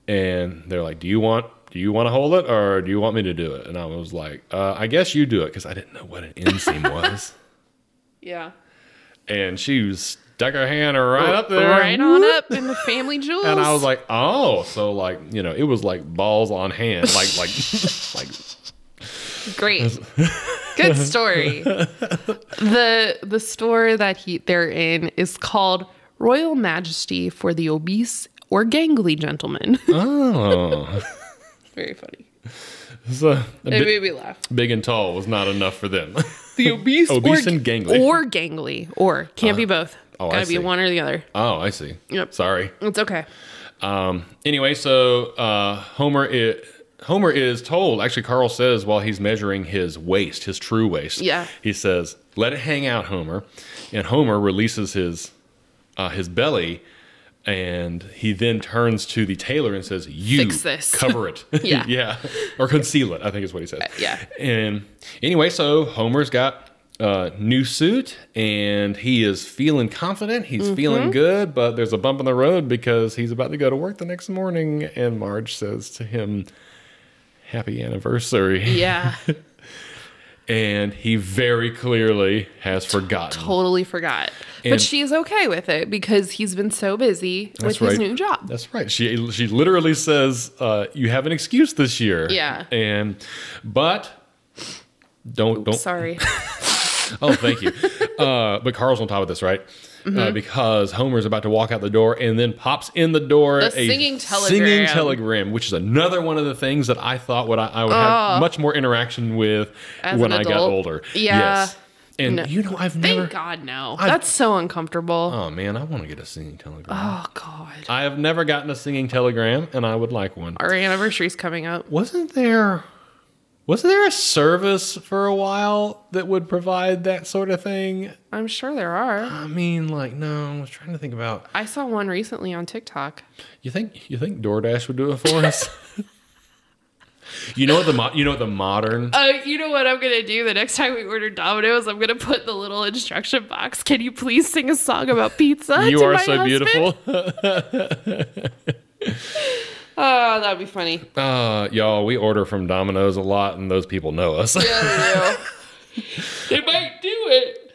B: and they're like, "Do you want?" Do you want to hold it or do you want me to do it? And I was like, uh, I guess you do it because I didn't know what an inseam was.
A: Yeah.
B: And she stuck her hand right up there.
A: Right on up in the family jewels.
B: And I was like, oh, so like you know, it was like balls on hand, like like like
A: great. Good story. the the store that he they're in is called Royal Majesty for the Obese or Gangly Gentleman.
B: Oh,
A: Very funny.
B: so a
A: It
B: bit,
A: made me laugh.
B: big and tall was not enough for them.
A: The obese,
B: Obese
A: or,
B: and gangly.
A: or gangly, or can't be both.
B: oh, I
A: Gotta
B: see.
A: be one or the other.
B: oh, I see.
A: Yep.
B: Sorry.
A: It's okay.
B: Um, anyway, so uh, Homer i Homer is told. Actually, Carl says while he's measuring his waist, his true waist.
A: Yeah.
B: He says, "Let it hang out, Homer," and Homer releases his uh, his belly, and he then turns to the tailor and says, "You
A: Fix this."
B: cover it,
A: Yeah.
B: yeah, or conceal it." I think is what he says.
A: yeah.
B: And Um, anyway, so Homer's got a new suit and he is feeling confident. He's
A: Mm-hmm.
B: feeling good, but there's a bump in the road because he's about to go to work the next morning. And Marge says to him, Happy anniversary.
A: Yeah.
B: And he very clearly has forgotten.
A: totally forgot.
B: And-
A: but she's okay with it because he's been so busy with his new job.
B: That's right. She she literally says, uh, "You have an excuse this year."
A: Yeah.
B: And but don't don't
A: Sorry.
B: Oh, thank you. uh, but Carl's on top of this, right? Uh,
A: Mm-hmm.
B: because Homer's about to walk out the door and then pops in the door
A: The
B: singing
A: singing telegram.
B: telegram, which is another one of the things that I thought would I, I would have much more interaction with
A: Oh. As
B: when
A: an
B: I got
A: adult?
B: older.
A: Yeah.
B: And
A: No.
B: you know, I've
A: Thank
B: never.
A: God, no.
B: I've-
A: That's so uncomfortable.
B: Oh man, I want to get a singing telegram.
A: Oh, God.
B: I have never gotten a singing telegram, and I would like one.
A: Our anniversary's coming up.
B: Wasn't there? Wasn't there a service for a while that would provide that sort of thing?
A: I'm sure there are.
B: I mean, like, no. I was trying to think about.
A: I saw one recently on TikTok.
B: You think you think DoorDash would do it for us? you know what the mo- you know what the modern
A: Uh, you know what I'm gonna do the next time we order Domino's? I'm gonna put the little instruction box. Can you please sing a song about pizza?
B: you
A: to
B: are
A: my
B: so
A: husband?"
B: beautiful.
A: Oh, that'd be funny.
B: Uh, y'all, we order from Domino's a lot, and those people know us.
A: Yeah, they do. they might do it.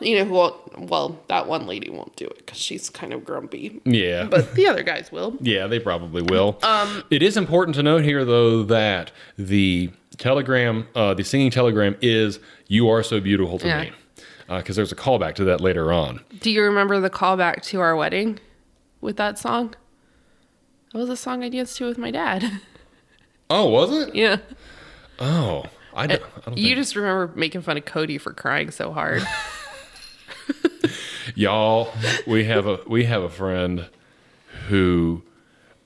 A: You know who? Won't, well, that one lady won't do it because she's kind of grumpy.
B: yeah,
A: But the other guys will.
B: yeah, they probably will. Um, it is important to note here, though, that the telegram, uh, the singing telegram, is "You are so beautiful to
A: Yeah.
B: me," because there's a callback to that later on.
A: Do you remember the callback to our wedding with that song? That was a song I danced to with my dad.
B: Oh, was it?
A: yeah.
B: Oh, I don't. I don't
A: You
B: think,
A: just remember making fun of Cody for crying so hard.
B: y'all we have a we have a friend who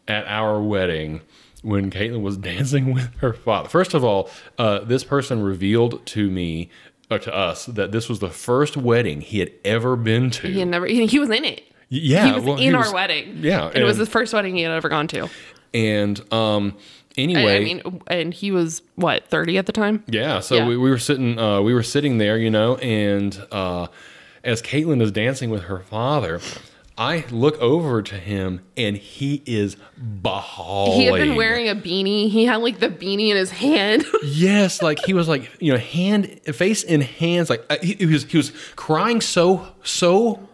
B: at our wedding when Caitlin was dancing with her father first of all uh, this person revealed to me or to us that this was the first wedding he had ever been to
A: he had never. He, he was in it.
B: yeah
A: He was
B: well,
A: in our
B: was-
A: wedding.
B: yeah
A: And, it was the first wedding he had ever gone to.
B: and um
A: I-
B: anyway
A: I mean, and he was what thirty at the time.
B: Yeah, so
A: Yeah.
B: We, we were sitting uh, we were sitting there, you know, and uh, as Caitlin is dancing with her father, I look over to him and he is bawling.
A: He had been wearing a beanie. He had like the beanie in his hand.
B: yes, like he was like you know hand face in hands, like uh, he, he was he was crying so so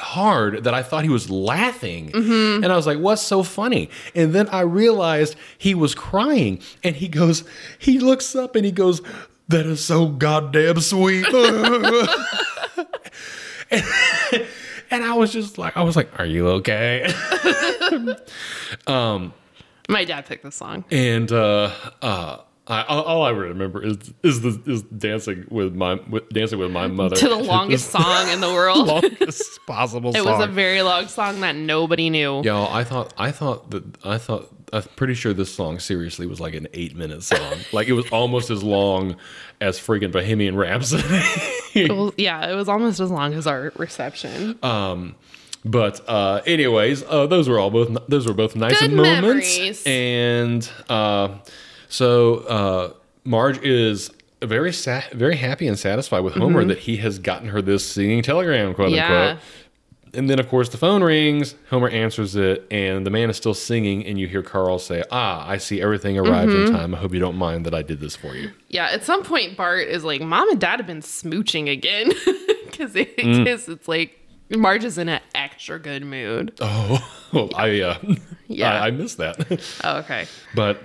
B: hard that I thought he was laughing, and I was like, "What's so funny?" And then I realized he was crying, and he goes, he looks up and he goes, "That is so goddamn sweet." And I was just like, I was like, "Are you okay?"
A: My dad picked this song.
B: and uh, uh, I, all all I remember is is the is dancing with my with, dancing with my mother
A: To the longest song in the world.
B: longest possible
A: it
B: song.
A: was a very long song that nobody knew.
B: Y'all, I thought I thought that I thought I'm pretty sure this song seriously was like an eight minute song. like it was almost as long as freaking Bohemian Rhapsody.
A: It was, yeah, it was almost as long as our reception.
B: But uh, anyways, uh, those were all both those were both nice
A: Good
B: moments.
A: memories.
B: And uh, so uh, Marge is very sa- very happy and satisfied with Homer that he has gotten her this singing telegram, quote
A: Mm-hmm. Yeah.
B: unquote. And then of course the phone rings. Homer answers it, and the man is still singing. And you hear Carl say, "Ah, I see everything arrived in
A: Mm-hmm.
B: time. I hope you don't mind that I did this for you."
A: yeah, at some point Bart is like, "Mom and Dad have been smooching again," because it, it's- it's like Marge is in an extra good mood.
B: Oh, well, I uh,
A: Yeah.
B: I, I missed that.
A: Oh, okay.
B: But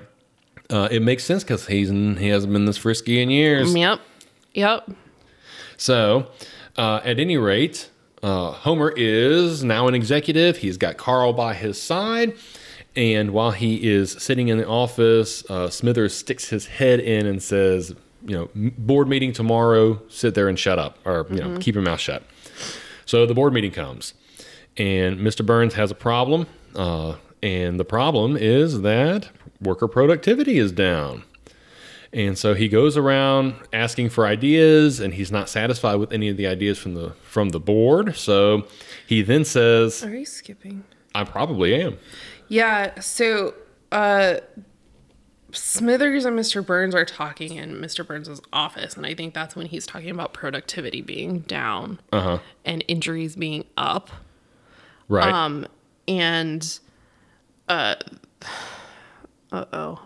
B: uh, it makes sense because he's he hasn't been this frisky in years.
A: Yep. Yep.
B: So, uh, at any rate, uh, Homer is now an executive. He's got Carl by his side. And while he is sitting in the office, uh, Smithers sticks his head in and says, you know, "M- board meeting tomorrow, sit there and shut up, or, you know, keep your mouth shut. So the board meeting comes, and Mr. Burns has a problem. Uh, and the problem is that worker productivity is down. And so he goes around asking for ideas, and he's not satisfied with any of the ideas from the from the board. So he then says,
A: Are you skipping?
B: "I probably am."
A: Yeah. So uh, Smithers and Mr. Burns are talking in Mr. Burns's office, and I think that's when he's talking about productivity being down
B: Uh huh.
A: and injuries being up.
B: Right.
A: Um, and uh, uh oh.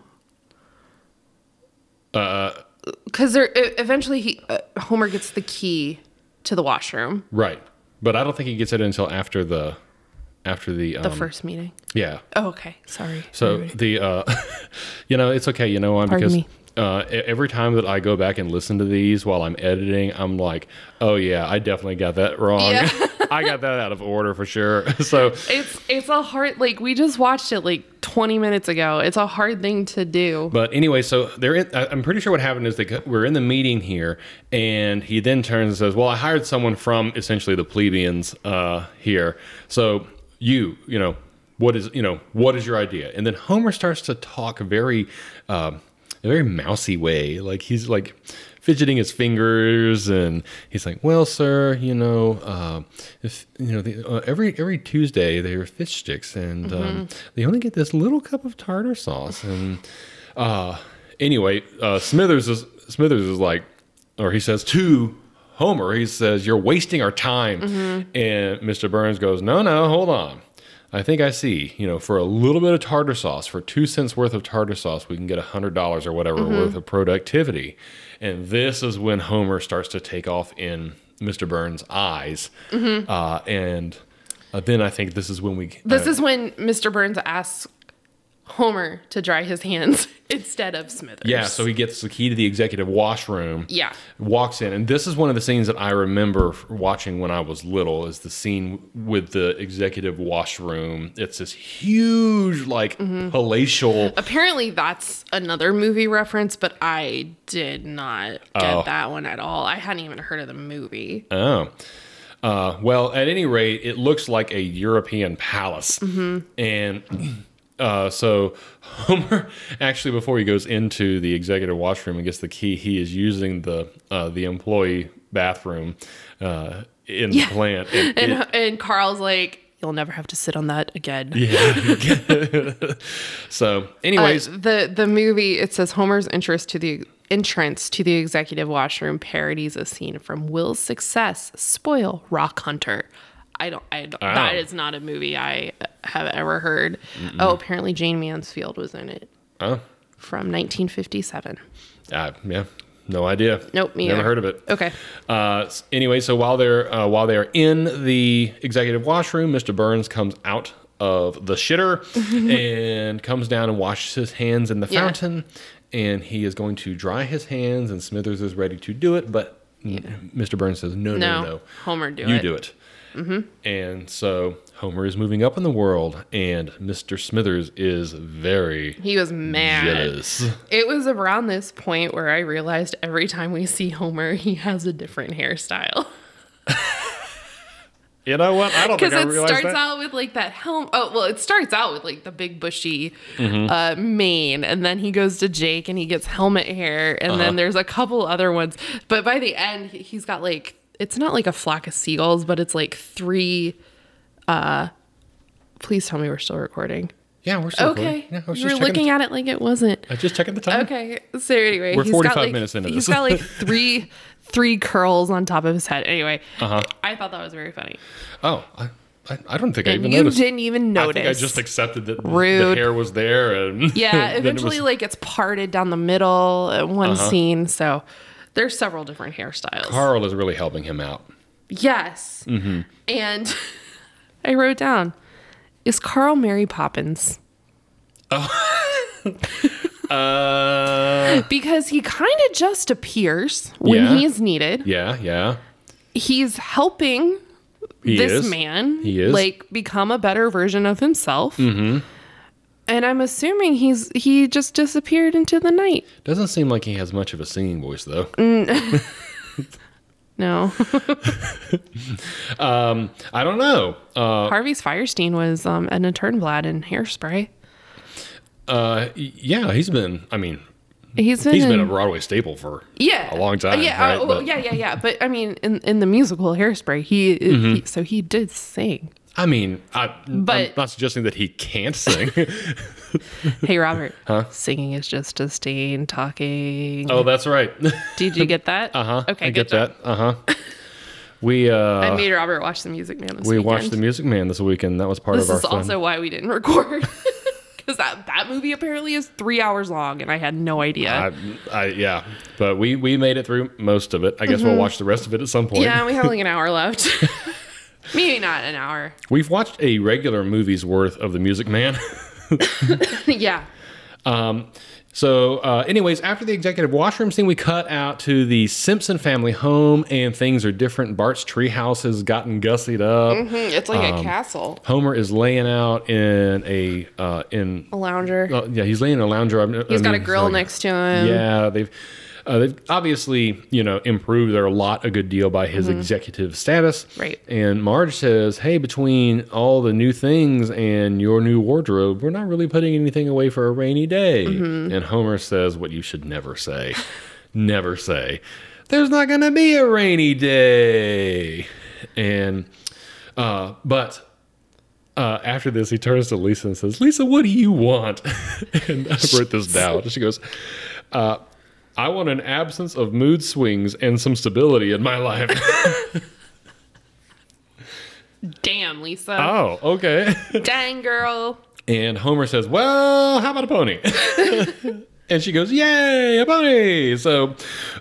A: Because there, e- eventually, he uh, Homer gets the key to the washroom.
B: right. But I don't think he gets it until after the after the, um,
A: The first meeting.
B: yeah.
A: Oh, okay. Sorry.
B: So the uh, you know it's okay. You know why? Because
A: me.
B: uh, e- every time that I go back and listen to these while I'm editing, I'm like, oh yeah, I definitely got that wrong.
A: Yeah.
B: I got that out of order for sure. so
A: It's it's a hard like we just watched it like 20 minutes ago. It's a hard thing to do.
B: But anyway, so they're in, I- I'm pretty sure what happened is they co- we're in the meeting here, and he then turns and says, "Well, I hired someone from essentially the plebeians uh, here. So you, you know, what is you know what is your idea?" And then Homer starts to talk very, um, in a very mousy way, like he's like fidgeting his fingers and he's like well sir you know uh, if you know the, uh, every every tuesday they are fish sticks and um, they only get this little cup of tartar sauce and uh, anyway, uh, Smithers is Smithers is like, or he says to Homer, he says, "You're wasting our time." And Mr. Burns goes, "No, no, hold on. I think I see. You know, for a little bit of tartar sauce, for two cents worth of tartar sauce, we can get a hundred dollars or whatever worth of productivity." And this is when Homer starts to take off in Mr. Burns' eyes, uh, and uh, then I think this is when we
A: This is when Mr. Burns asks Homer to dry his hands instead of Smithers.
B: yeah. So he gets the key to the executive washroom.
A: yeah.
B: walks in and this is one of the scenes that i remember f- watching when i was little is the scene with the executive washroom it's this huge like palatial
A: Apparently that's another movie reference, but I did not get
B: Oh.
A: that one at all. I hadn't even heard of the movie.
B: oh uh, well at any rate it looks like a european palace
A: Mm-hmm.
B: and uh, so homer actually before he goes into the executive washroom and gets the key he is using the uh, the employee bathroom uh, in the plant And
A: And and Carl's like, You'll never have to sit on that again.
B: so
A: Uh,
B: anyways
A: the the movie it says Homer's interest to the entrance to the executive washroom parodies a scene from Will's success spoil Rock Hunter. I don't. I don't That
B: Oh.
A: is not a movie I have ever heard. Oh, apparently Jane Mansfield was in it
B: oh
A: from 1957.
B: Uh, yeah, no idea.
A: Nope, me
B: never
A: either.
B: heard of it.
A: Okay.
B: Uh, s- anyway, so while they're uh, while they are in the executive washroom, Mr. Burns comes out of the shitter and comes down and washes his hands in the
A: Yeah.
B: fountain, and he is going to dry his hands, and Smithers is ready to do it, but n- Mr. Burns says, "No, no,
A: No,
B: no,
A: Homer do
B: you
A: it. Mm-hmm.
B: do it." And so Homer is moving up in the world, and Mr. Smithers is very
A: He was mad.
B: jealous.
A: It was around this point where I realized every time we see Homer, he has a different hairstyle.
B: You know what? I don't think
A: because
B: I
A: it
B: realized that.
A: starts out with like that helm. Oh, well, it starts out with like the big bushy
B: Mm-hmm.
A: uh, mane, and then he goes to Jake and he gets helmet hair, and
B: Uh-huh.
A: then there's a couple other ones. But by the end, he- he's got like it's not like a flock of seagulls, but it's like three. Uh, please tell me we're still recording.
B: Yeah, we're still
A: Okay,
B: recording. Yeah, I was
A: you were
B: just checking
A: looking
B: the-
A: at it like it wasn't.
B: I was just checking the time.
A: Okay, so anyway,
B: We're
A: he's
B: 45
A: got like,
B: minutes into
A: He's
B: this.
A: got like three three curls on top of his head. Anyway,
B: Uh-huh.
A: I thought that was very funny.
B: Oh, I, I, I don't think I
A: And
B: even
A: you
B: noticed.
A: didn't even
B: I
A: notice.
B: think I just accepted that the- the
A: Rude.
B: hair was there. And
A: Yeah,
B: that it
A: eventually,
B: was- Uh-huh.
A: like it's parted down the middle at one scene. So there's several different hairstyles.
B: Carl is really helping him out.
A: yes.
B: Mm-hmm.
A: And I wrote down, is Carl Mary Poppins?
B: Uh,
A: because he kind of just appears when
B: Yeah.
A: he's needed.
B: yeah, yeah.
A: He's helping
B: He
A: this
B: is.
A: man
B: He is. Mm-hmm.
A: like become a better version of himself. And I'm assuming he's he just disappeared into the night.
B: Doesn't seem like he has much of a singing voice, though.
A: Mm. No,
B: I don't know. Uh,
A: Harvey Firestein was um, Edna Turnblad in Hairspray.
B: uh, y- yeah, he's been, I mean,
A: He's been
B: he's
A: in,
B: been a Broadway staple for a
A: yeah
B: long time.
A: Yeah,
B: right?
A: oh,
B: But,
A: yeah, yeah, yeah. But I mean, in in the musical Hairspray, he,
B: Mm-hmm.
A: he so he did sing.
B: I mean, I, I'm
A: But-
B: not suggesting that he can't sing.
A: Hey Robert, singing is just Justine talking.
B: oh, that's right.
A: Did you get that? Uh
B: Uh-huh.
A: Okay,
B: I get
A: good
B: that. Uh-huh. We uh
A: I made Robert watch The Music Man this
B: we
A: weekend.
B: watched The Music Man this weekend. That was part
A: This
B: of our
A: is
B: fun.
A: also why we didn't record. Because that, that movie apparently is three hours long, and I had no idea.
B: I, I yeah, but we we made it through most of it. I guess we'll watch the rest of it at some point.
A: Mm-hmm. yeah, we have like an hour left. Maybe not an hour.
B: We've watched a regular movie's worth of The Music Man.
A: yeah.
B: So, uh, anyways, after the executive washroom scene, we cut out to the Simpson family home, and things are different. Bart's treehouse has gotten gussied up.
A: Hmm, It's like
B: Um,
A: a castle.
B: Homer is laying out in a uh, in
A: A lounger.
B: uh, yeah, he's laying in a lounger. I've n- I
A: He's got a
B: mean,
A: grill
B: like-
A: next to him.
B: Yeah, they've uh, they've obviously you know improved their lot a good deal by
A: Mm-hmm.
B: his executive status.
A: Right.
B: And Marge says, "Hey, between all the new things and your new wardrobe, we're not really putting anything away for a rainy day." And Homer says, "What you should never say, never say, there's not going to be a rainy day." And uh, but. Uh, after this, he turns to Lisa and says, "Lisa, what do you want?" and I wrote this down. She goes, "Uh, I want an absence of mood swings and some stability in my life.
A: Damn, Lisa.
B: oh, okay.
A: Dang, girl.
B: And Homer says, Well, how about a pony? and she goes, Yay, a pony. So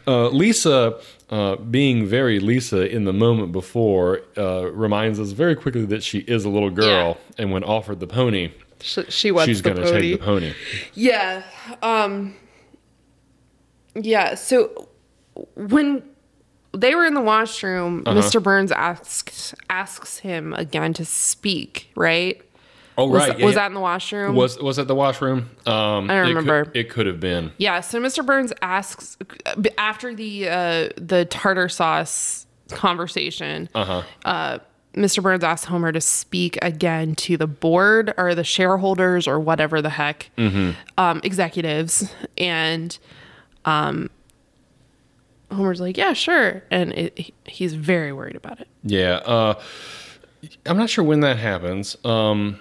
B: uh, Lisa, uh, being very Lisa in the moment before, uh, reminds us very quickly that she is a little girl. And when offered the pony,
A: She, she wants
B: she's
A: the
B: going to
A: pony.
B: take the pony.
A: Yeah. Um Yeah, so when they were in the washroom,
B: Uh-huh.
A: Mr. Burns asks asks him again to speak, right?
B: Oh,
A: Was,
B: right.
A: was that in the washroom?
B: was was at the washroom? Um,
A: I don't
B: it could-
A: remember.
B: it could have been.
A: yeah, so Mr. Burns asks after the uh the tartar sauce conversation. Uh-huh. Mr. Burns asks Homer to speak again to the board or the shareholders or whatever the heck um, executives, and um, Homer's like, "Yeah, sure," and it, he- he's very worried about it.
B: Yeah, uh, I'm not sure when that happens. Um,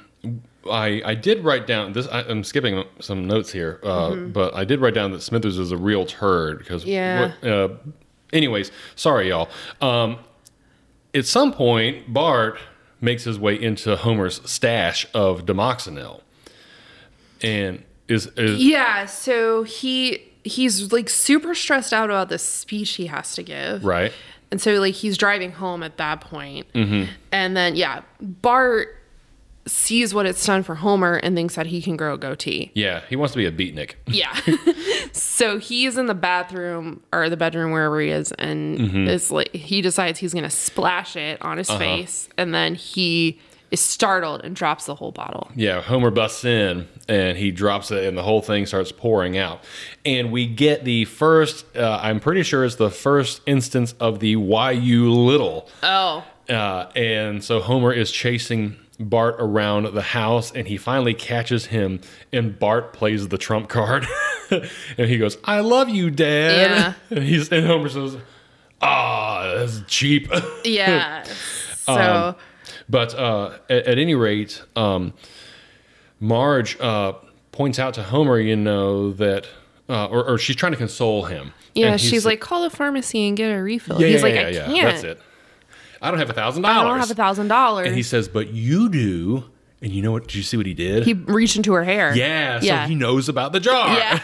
B: I I did write down this. I, I'm skipping some notes here, uh, but I did write down that Smithers is a real turd because
A: Yeah.
B: uh, anyways, sorry y'all. Um, at some point, Bart makes his way into Homer's stash of Demoxenil, and is, is
A: Yeah, so he he's like super stressed out about this speech he has to give,
B: right.
A: And so like he's driving home at that point.
B: Mm-hmm.
A: And then yeah, Bart sees what it's done for Homer and thinks that he can grow a goatee.
B: Yeah, he wants to be a beatnik.
A: Yeah. so he's in the bathroom or the bedroom wherever he is and
B: Mm-hmm.
A: it's like he decides he's going to splash it on
B: Uh-huh.
A: his face and then he is startled and drops the whole bottle.
B: Yeah, Homer busts in and he drops it, and the whole thing starts pouring out. And we get the first, uh, I'm pretty sure it's the first instance of the why you little.
A: Oh.
B: Uh, and so Homer is chasing Bart around the house and he finally catches him, and Bart plays the trump card. and he goes, I love you, Dad.
A: Yeah.
B: And, he's, and Homer says, Ah, that's cheap.
A: Yeah. so
B: Um, But uh, at, at any rate, um, Marge uh, points out to Homer, you know, that, uh, or, or she's trying to console him.
A: yeah,
B: And he's
A: she's like call the pharmacy and get a refill.
B: yeah,
A: he's
B: yeah,
A: like
B: yeah,
A: I
B: yeah,
A: can't.
B: That's it. I don't have a thousand
A: I don't have
B: dollars.
A: a thousand dollars.
B: And he says, but you do. And you know what? Did you see what he did?
A: he reached into her hair.
B: yeah, so
A: yeah.
B: he knows about the jar.
A: yeah.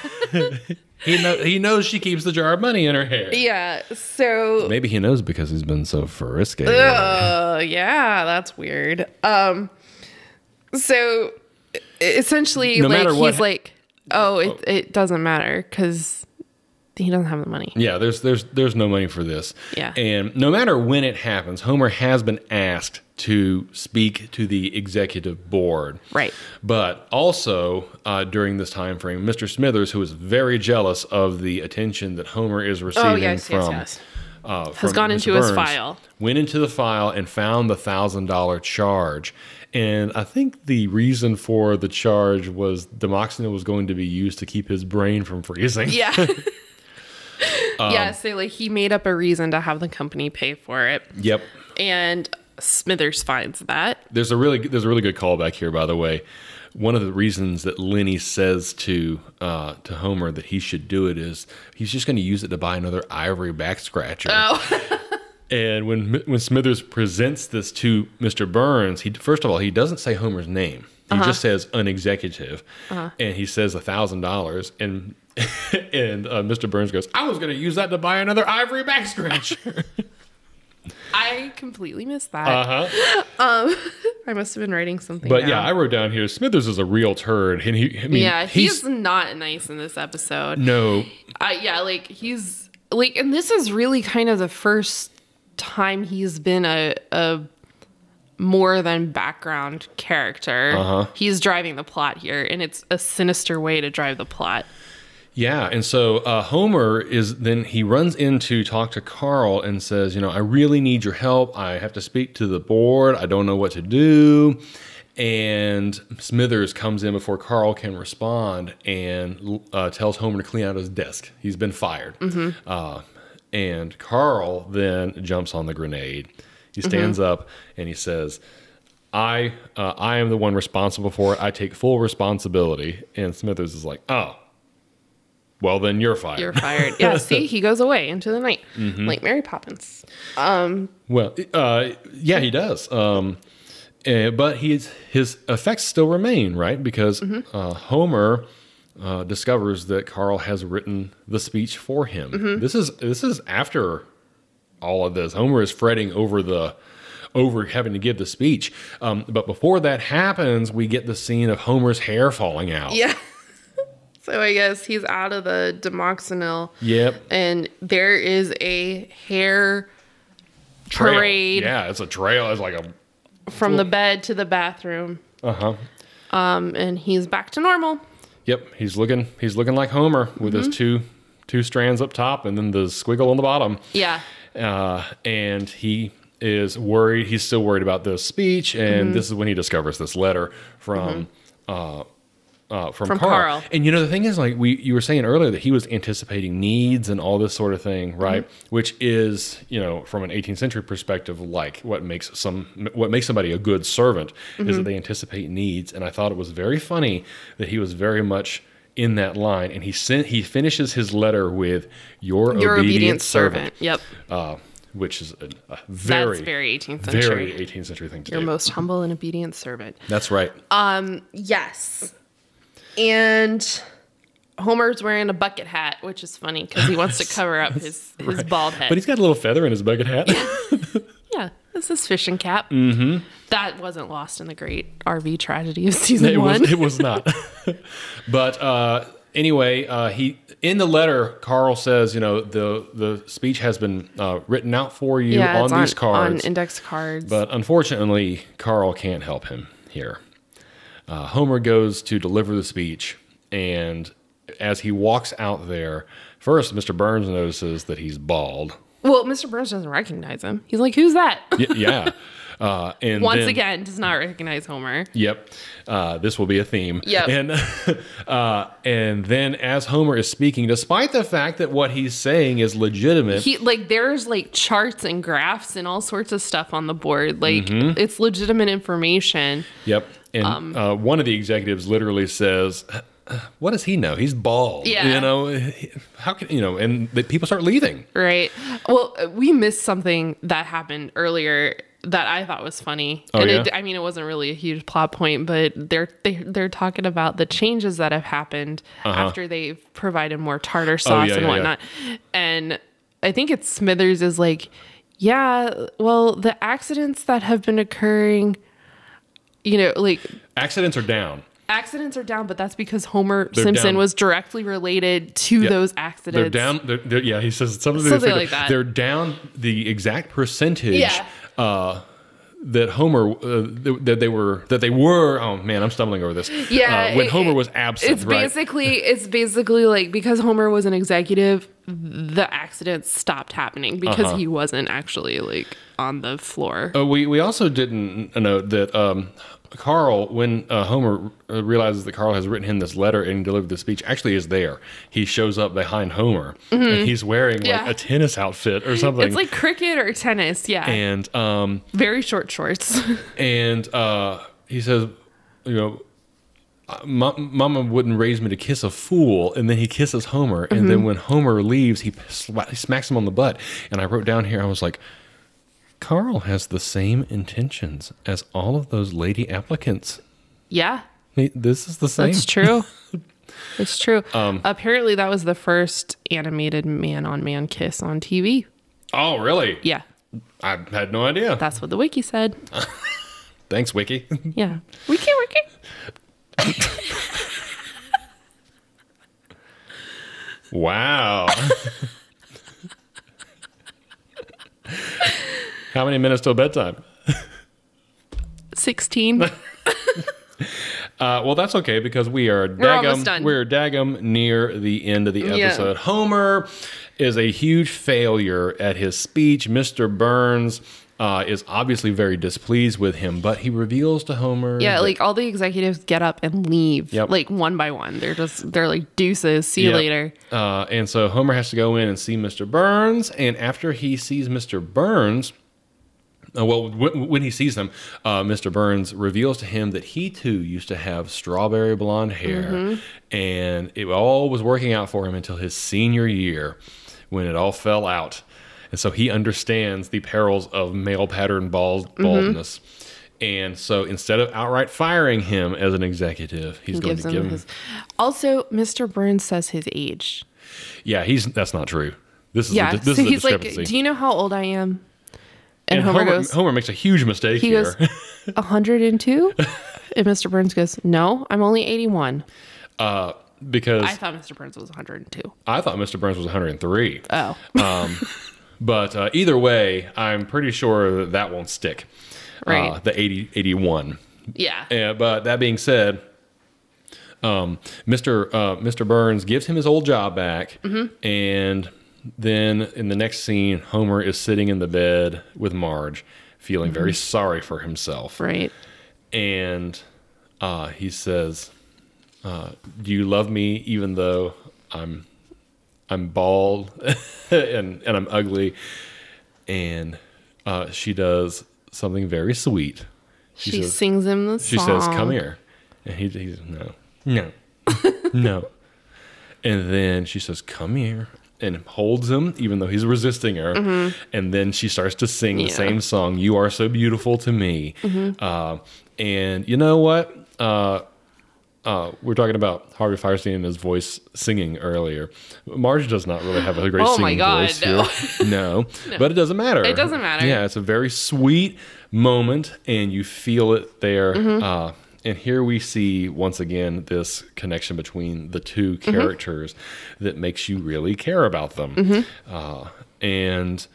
B: He, know, he knows she keeps the jar of money in her hair.
A: yeah. So
B: Maybe he knows because he's been so frisky.
A: uh, yeah, that's weird. Um so e- essentially
B: No
A: like
B: matter
A: he's
B: what-
A: like Oh, it, it doesn't matter because he doesn't have the money.
B: Yeah, there's there's there's no money for this.
A: Yeah.
B: And no matter when it happens, Homer has been asked to speak to the executive board.
A: Right.
B: But also uh, during this time frame, Mr. Smithers, who is very jealous of the attention that Homer is receiving
A: Oh, yes, yes,
B: from,
A: yes.
B: Uh,
A: Has
B: from
A: gone
B: Mr.
A: into his
B: Burns,
A: file.
B: Went into the file and found the thousand dollar charge. And I think the reason for the charge was Demoxena was going to be used to keep his brain from freezing.
A: Yeah.
B: Um,
A: yeah. So like he made up a reason to have the company pay for it,
B: Yep.
A: and Smithers finds that.
B: There's a really there's a really good callback here, by the way. One of the reasons that Lenny says to uh, to Homer that he should do it is he's just going to use it to buy another ivory back scratcher.
A: Oh,
B: And when M- when Smithers presents this to Mr. Burns, he first of all he doesn't say Homer's name. He just says an executive, and he says a thousand dollars. And and uh, Mr. Burns goes, "I was going to use that to buy another ivory back scratcher."
A: I completely missed that. Um,
B: uh-huh.
A: I must have been writing something.
B: But yeah,
A: down.
B: I wrote down here Smithers is a real turd, and he I mean,
A: yeah,
B: he's
A: he's not nice in this episode.
B: no
A: I yeah, like he's like, and this is really kind of the first time he's been a a more than background character.
B: Uh-huh.
A: He's driving the plot here, and it's a sinister way to drive the plot.
B: Yeah, and so uh, Homer is then he runs in to talk to Carl and says, you know, I really need your help. I have to speak to the board. I don't know what to do. And Smithers comes in before Carl can respond and uh, tells Homer to clean out his desk. He's been fired. Uh, and Carl then jumps on the grenade. He stands up and he says, I uh, I am the one responsible for it. I take full responsibility. And Smithers is like, oh, well then you're fired.
A: You're fired. Yeah, see, he goes away into the night
B: Mm-hmm.
A: like Mary Poppins.
B: well, uh, yeah, he does. Um, eh, but he's, his effects still remain, right? Because uh, Homer uh, discovers that Carl has written the speech for him. This is this is after all of this. Homer is fretting over the over having to give the speech. Um, but before that happens, we get the scene of Homer's hair falling out.
A: Yeah. so I guess he's out of the Demoxenil,
B: Yep.
A: and there is a hair
B: Trail.
A: Parade.
B: Yeah, it's a trail. It's like a
A: from the bed to the bathroom,
B: uh huh.
A: um, and he's back to normal.
B: Yep, he's looking he's looking like Homer with his two two strands up top and then the squiggle on the bottom.
A: Yeah.
B: Uh, and he is worried. He's still worried about this speech, and
A: Mm-hmm.
B: this is when he discovers this letter from. Uh, uh, from,
A: From
B: Carl.
A: Carl.
B: and you know the thing is, like we you were saying earlier, that he was anticipating needs and all this sort of thing, right?
A: Mm-hmm.
B: Which is, you know, from an 18th century perspective, like what makes some what makes somebody a good servant is
A: Mm-hmm.
B: that they anticipate needs. And I thought it was very funny that he was very much in that line, and he sent he finishes his letter with "Your,
A: Your
B: obedient,
A: obedient
B: servant."
A: servant. Yep.
B: uh, which is a, a very,
A: That's very 18th
B: very
A: century.
B: 18th century thing to
A: Your
B: do.
A: most humble and obedient servant.
B: That's right.
A: Uh, Yes. And Homer's wearing a bucket hat, which is funny because he wants to cover up his, his bald head.
B: but he's got a little feather in his bucket hat.
A: yeah, it's his fishing cap. Mm-hmm. That wasn't lost in the great RV tragedy of season
B: it
A: one.
B: was it was not. but uh, anyway, uh, he in the letter, Carl says, you know, the the speech has been uh, written out for you
A: yeah,
B: on
A: it's
B: these
A: on,
B: cards.
A: on index cards.
B: But unfortunately, Carl can't help him here. Uh, Homer goes to deliver the speech, and as he walks out there, first Mr. Burns notices that he's bald.
A: well, Mr. Burns doesn't recognize him. He's like, "Who's that?"
B: Y- yeah. Uh, and
A: Once
B: then-
A: again, does not recognize Homer.
B: Yep. Uh, this will be a theme.
A: Yep.
B: And uh, and then as Homer is speaking, despite the fact that what he's saying is legitimate,
A: He like there's like charts and graphs and all sorts of stuff on the board. Like
B: Mm-hmm.
A: it's legitimate information.
B: yep. And
A: um,
B: uh, one of the executives literally says, "What does he know? He's bald.
A: Yeah.
B: You know, how can you know?" And the people start leaving.
A: Right. Well, we missed something that happened earlier that I thought was funny.
B: Oh,
A: and it,
B: yeah?
A: I mean, it wasn't really a huge plot point, but they're they, they're talking about the changes that have happened after they've provided more tartar sauce
B: Uh-huh. Oh, yeah,
A: and
B: yeah, yeah.
A: whatnot. And I think it's Smithers is like, yeah, well, the accidents that have been occurring, you know, like
B: Accidents are down.
A: accidents are down, but that's because Homer
B: They're
A: Simpson
B: down.
A: was directly related to
B: Yeah.
A: those
B: They're
A: accidents.
B: down. They're, they're- yeah, he says something, to the
A: Something
B: effect of,
A: like that.
B: They're down the exact percentage
A: Yeah.
B: uh, that Homer uh, th- that they were that they were. Oh man, I'm stumbling over this.
A: Yeah,
B: uh, when
A: it-
B: Homer
A: it-
B: was absent,
A: It's
B: right?
A: basically it's basically like because Homer was an executive, the accidents stopped happening because
B: Uh-huh.
A: he wasn't actually like on the floor.
B: Uh, we we also didn't note that um, Carl, when uh, Homer uh, realizes that Carl has written him this letter and delivered the speech, actually is there. He shows up behind Homer, and he's wearing
A: Mm-hmm. Yeah.
B: like a tennis outfit or something.
A: It's like cricket or tennis, yeah.
B: and um,
A: Very short shorts.
B: and uh, he says, you know, "Ma- Mama wouldn't raise me to kiss a fool. And then he kisses Homer. And then when Homer leaves, he, sla- he smacks him on the butt. And I wrote down here, I was like, Carl has the same intentions as all of those lady applicants.
A: yeah,
B: He- This is the same. Um,
A: it's true. it's true. Apparently, that was the first animated man on man kiss on TV.
B: oh, really?
A: Yeah,
B: I had no idea.
A: that's what the wiki said.
B: Uh, Thanks, Wiki.
A: Yeah, wiki wiki.
B: wow. How many minutes till bedtime?
A: Sixteen.
B: Uh, well, that's okay because we are
A: almost
B: daggum.
A: done.
B: We're daggum near the end of the
A: Yeah.
B: episode. Homer is a huge failure at his speech. Mr. Burns uh, is obviously very displeased with him, but he reveals to Homer.
A: Yeah,
B: that-
A: like all the executives get up and leave,
B: Yep.
A: like one by one. They're just they're like deuces. See you
B: Yep.
A: later.
B: Uh, and so Homer has to go in and see Mr. Burns, and after he sees Mr. Burns. Uh, well, w- when he sees them, uh, Mr. Burns reveals to him that he too used to have strawberry blonde hair,
A: Mm-hmm.
B: and it all was working out for him until his senior year, when it all fell out, and so he understands the perils of male pattern bald-
A: Mm-hmm.
B: baldness, and so instead of outright firing him as an executive, he's going
A: Gives
B: to
A: them
B: give him
A: his. Also, Mr. Burns says his age.
B: yeah, he's that's not true. This is
A: Yeah,
B: a, this
A: so
B: is a
A: he's like,
B: discrepancy.
A: "Do you know how old I am?" And,
B: and
A: Homer, goes,
B: makes a huge mistake
A: he
B: here.
A: goes, "102." and Mr. Burns goes, "No, I'm only 81."
B: uh, because
A: I
B: I,
A: thought Mr. Burns was 102.
B: thought Mr. Burns was 103.
A: Oh,
B: But uh, either way, I'm pretty sure that that won't stick.
A: Right.
B: Uh, the 80, 81.
A: yeah.
B: Yeah, but that being said, um, Mr. Uh, Mr. Burns gives him his old job back,
A: Mm-hmm.
B: and then in the next scene, Homer is sitting in the bed with Marge, feeling very
A: Mm-hmm.
B: sorry for himself.
A: Right.
B: and uh, he says, uh, "Do you love me even though I'm I'm bald and and I'm ugly?" And uh, she does something very sweet.
A: She,
B: says-
A: sings him the
B: She
A: song.
B: says, "Come here," and he he's no, no, no. And then she says, "Come here." And holds him, even though he's resisting her. And then she starts to sing the
A: Mm-hmm. Yeah. Mm-hmm.
B: same song, "You Are So Beautiful to Me." Uh, and you know what? Uh, uh, we we're talking about Harvey Firestein and his voice singing earlier. Marge does not really have a great
A: Oh my
B: singing
A: God,
B: voice
A: no.
B: here. No. but it doesn't matter.
A: It doesn't matter.
B: Yeah, it's a very sweet moment, and you feel it there.
A: Mm-hmm.
B: Uh, and here we see once again this connection between the two
A: Mm-hmm.
B: characters that makes you really care about them.
A: Mm-hmm.
B: Uh, and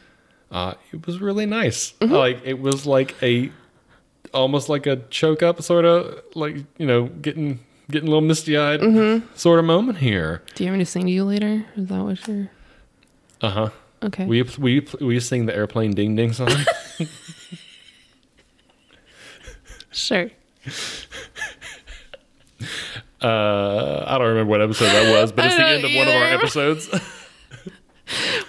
B: uh, it was really nice.
A: Mm-hmm.
B: Like it was like a almost like a choke up sort of like you know getting getting a little misty eyed
A: Mm-hmm.
B: sort of moment here.
A: Do you want me to sing to you later? Is that what you're?
B: Uh huh.
A: Okay.
B: Will you, will, you, will you sing the airplane ding ding song?
A: sure.
B: Uh, I don't remember what episode that was, but it's
A: I
B: the
A: don't
B: end of one of our
A: either.
B: episodes.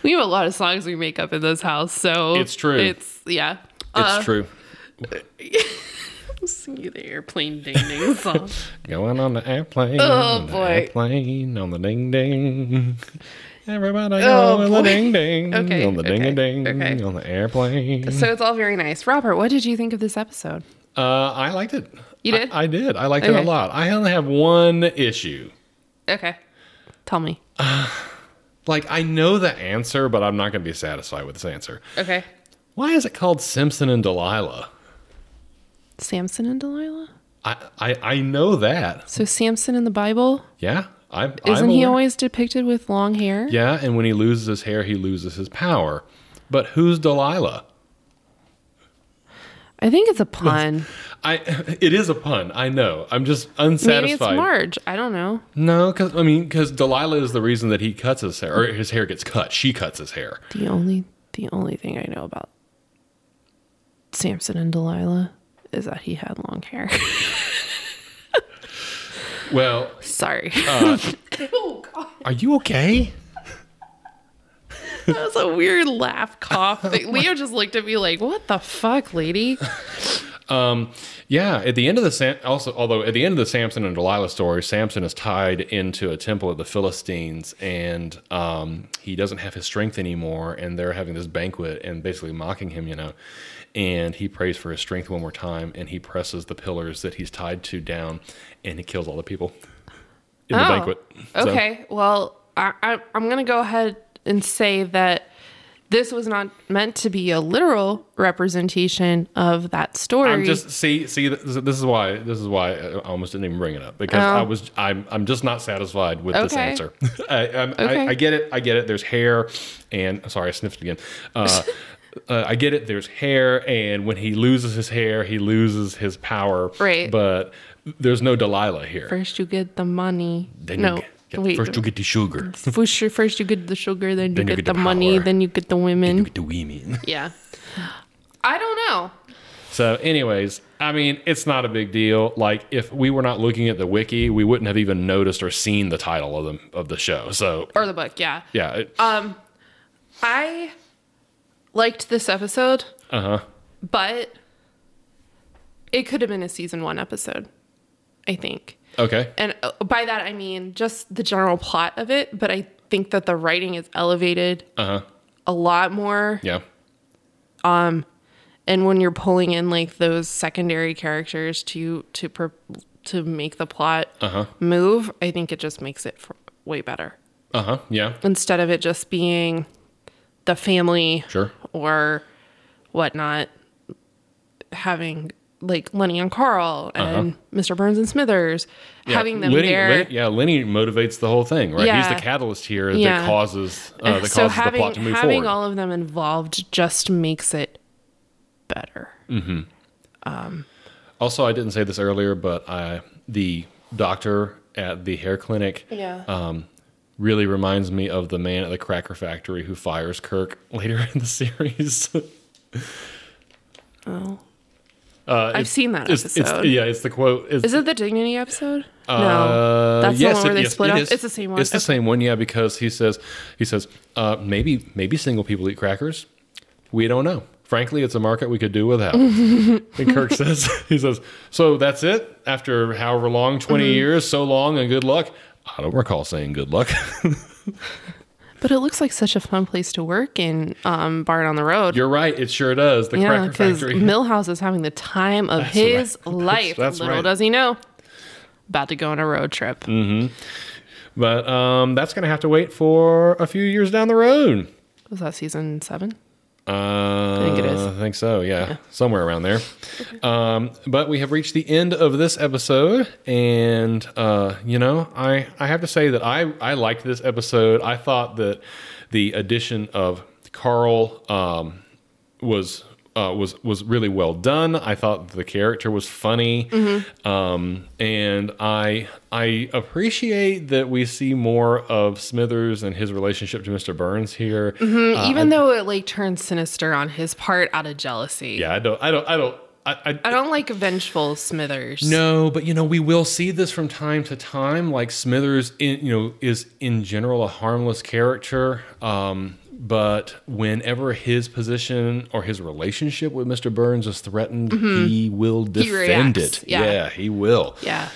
A: We have a lot of songs we make up in this house, so
B: It's true.
A: It's yeah. Uh-uh.
B: it's true.
A: Sing you the airplane ding ding song.
B: Going on the airplane.
A: Oh,
B: on the
A: boy.
B: Airplane on the ding ding. Everybody
A: Oh,
B: go on the
A: boy.
B: ding ding.
A: Okay,
B: On the
A: okay,
B: ding a ding.
A: okay.
B: On the airplane.
A: so it's all very nice. Robert, what did you think of this episode?
B: Uh, I liked it.
A: You did?
B: I, I did. I liked it
A: Okay.
B: a lot. I only have one issue.
A: Okay. Tell me.
B: Like, I know the answer, but I'm not going to be satisfied with this answer.
A: Okay.
B: Why is it called Simpson and Delilah?
A: Samson and Delilah?
B: I, I, I know that.
A: So Samson in the Bible,
B: Yeah. I, Isn't
A: isn't he always depicted with long hair?
B: Yeah, and when he loses his hair, he loses his power. But who's Delilah?
A: I think it's a pun.
B: I it is a pun. I know. I'm just
A: Maybe it's
B: unsatisfied.
A: Marge. I don't know.
B: No, because I mean, because Delilah is the reason that he cuts his hair, or his hair gets cut. She cuts his hair.
A: The only the only thing I know about Samson and Delilah is that he had long hair.
B: Well,
A: Sorry. oh god.
B: are you okay?
A: That was a weird laugh cough.
B: Oh
A: thing. Leo just looked at me like, "What the fuck, lady?"
B: Yeah. At the end of the Sam, also, although at the end of the Samson and Delilah story, Samson is tied into a temple of the Philistines, and um, he doesn't have his strength anymore. And they're having this banquet and basically mocking him, you know. And he prays for his strength one more time, and he presses the pillars that he's tied to down, and he kills all the people in the
A: Oh,
B: banquet. So-
A: Okay. Well, I, I, I'm going to go ahead and say that this was not meant to be a literal representation of that story.
B: I'm just see see th- this is why this is why I almost didn't even bring it up because I was I'm I'm just not satisfied with this
A: Oh. Okay.
B: answer. I, I'm,
A: Okay.
B: I, I get it. I get it. There's hair, and sorry, I sniffed again. Uh, uh, I get it. There's hair, and when he loses his hair, he loses his power.
A: Right.
B: But there's no Delilah here.
A: first you get the money.
B: Then
A: no.
B: you get,
A: wait.
B: first you get the sugar,
A: first, you- first you get the sugar, then you,
B: Then
A: get, the, money,
B: power.
A: then you get the women.
B: you get the women.
A: yeah. I don't know.
B: So, anyways, I mean, it's not a big deal. Like, if we were not looking at the wiki, we wouldn't have even noticed or seen the title of the of the show. So,
A: Or the book, yeah.
B: yeah, it,
A: Uh, I liked this episode,
B: uh huh.
A: but it could have been a season one episode, I think.
B: Okay,
A: and uh, by that I mean just the general plot of it, but I think that the writing is elevated
B: uh huh.
A: a lot more.
B: Yeah,
A: And when you're pulling in like those secondary characters to to pro- to make the plot
B: Uh-huh.
A: move, I think it just makes it f- way better
B: uh huh. Yeah,
A: instead of it just being the family
B: sure.
A: or whatnot having like Lenny and Carl and Mr. Burns and Smithers
B: Uh-huh. Yeah.
A: having them
B: Lenny,
A: there.
B: Lenny- yeah, Lenny motivates the whole thing, right? He's
A: Yeah.
B: the catalyst here that
A: Yeah.
B: causes uh, that
A: so
B: causes
A: having
B: the plot to move
A: having
B: forward.
A: all of them involved just makes it better.
B: also, I didn't say this earlier, but I the doctor at the hair clinic
A: Yeah.
B: Uh, Um, really reminds me of the man at the cracker factory who fires Kirk later in the series.
A: oh,
B: Uh,
A: I've seen that
B: it's,
A: episode.
B: it's- yeah, it's the quote. It's,
A: is it the dignity episode?
B: uh,
A: no, that's
B: yes,
A: the one where
B: it-
A: they
B: yes,
A: split
B: it
A: up.
B: is.
A: It's the same one.
B: It's the
A: Okay.
B: same one, yeah, because he says he says uh, maybe maybe single people eat crackers. We don't know. Frankly, it's a market we could do without. and Kirk says he says so that's it. After however long, 20
A: Mm-hmm.
B: years, so long, and good luck. I don't recall saying good luck.
A: But it looks like such a fun place to work in um, Barn on the Road.
B: You're right. It sure does. The
A: yeah,
B: cracker
A: because
B: factory.
A: Millhouse is having the time of his
B: right. That's-
A: life.
B: that's
A: Little
B: right.
A: does he know. About to go on a road trip.
B: But um, that's going to have to wait for a few years down the road.
A: Was that season seven?
B: Uh, I
A: think it is.
B: I think so, yeah. Somewhere around there. Um, but we have reached the end of this episode. And, uh, you know, I, I have to say that I, I liked this episode. I thought that the addition of Carl um, was. Uh, was was really well done. I thought the character was funny,
A: Mm-hmm.
B: um, and I I appreciate that we see more of Smithers and his relationship to Mr. Burns here.
A: Mm-hmm. Mm, Even though it like turns sinister on his part out of jealousy.
B: Yeah, I don't, I don't, I don't, I,
A: I
B: I
A: don't like vengeful Smithers.
B: no, but you know, we will see this from time to time. Like Smithers, in you know, is in general a harmless character, um, but whenever his position or his relationship with Mister Burns is threatened, he will defend
A: Mm-hmm. reacts,
B: it.
A: yeah.
B: he will.
A: Yeah.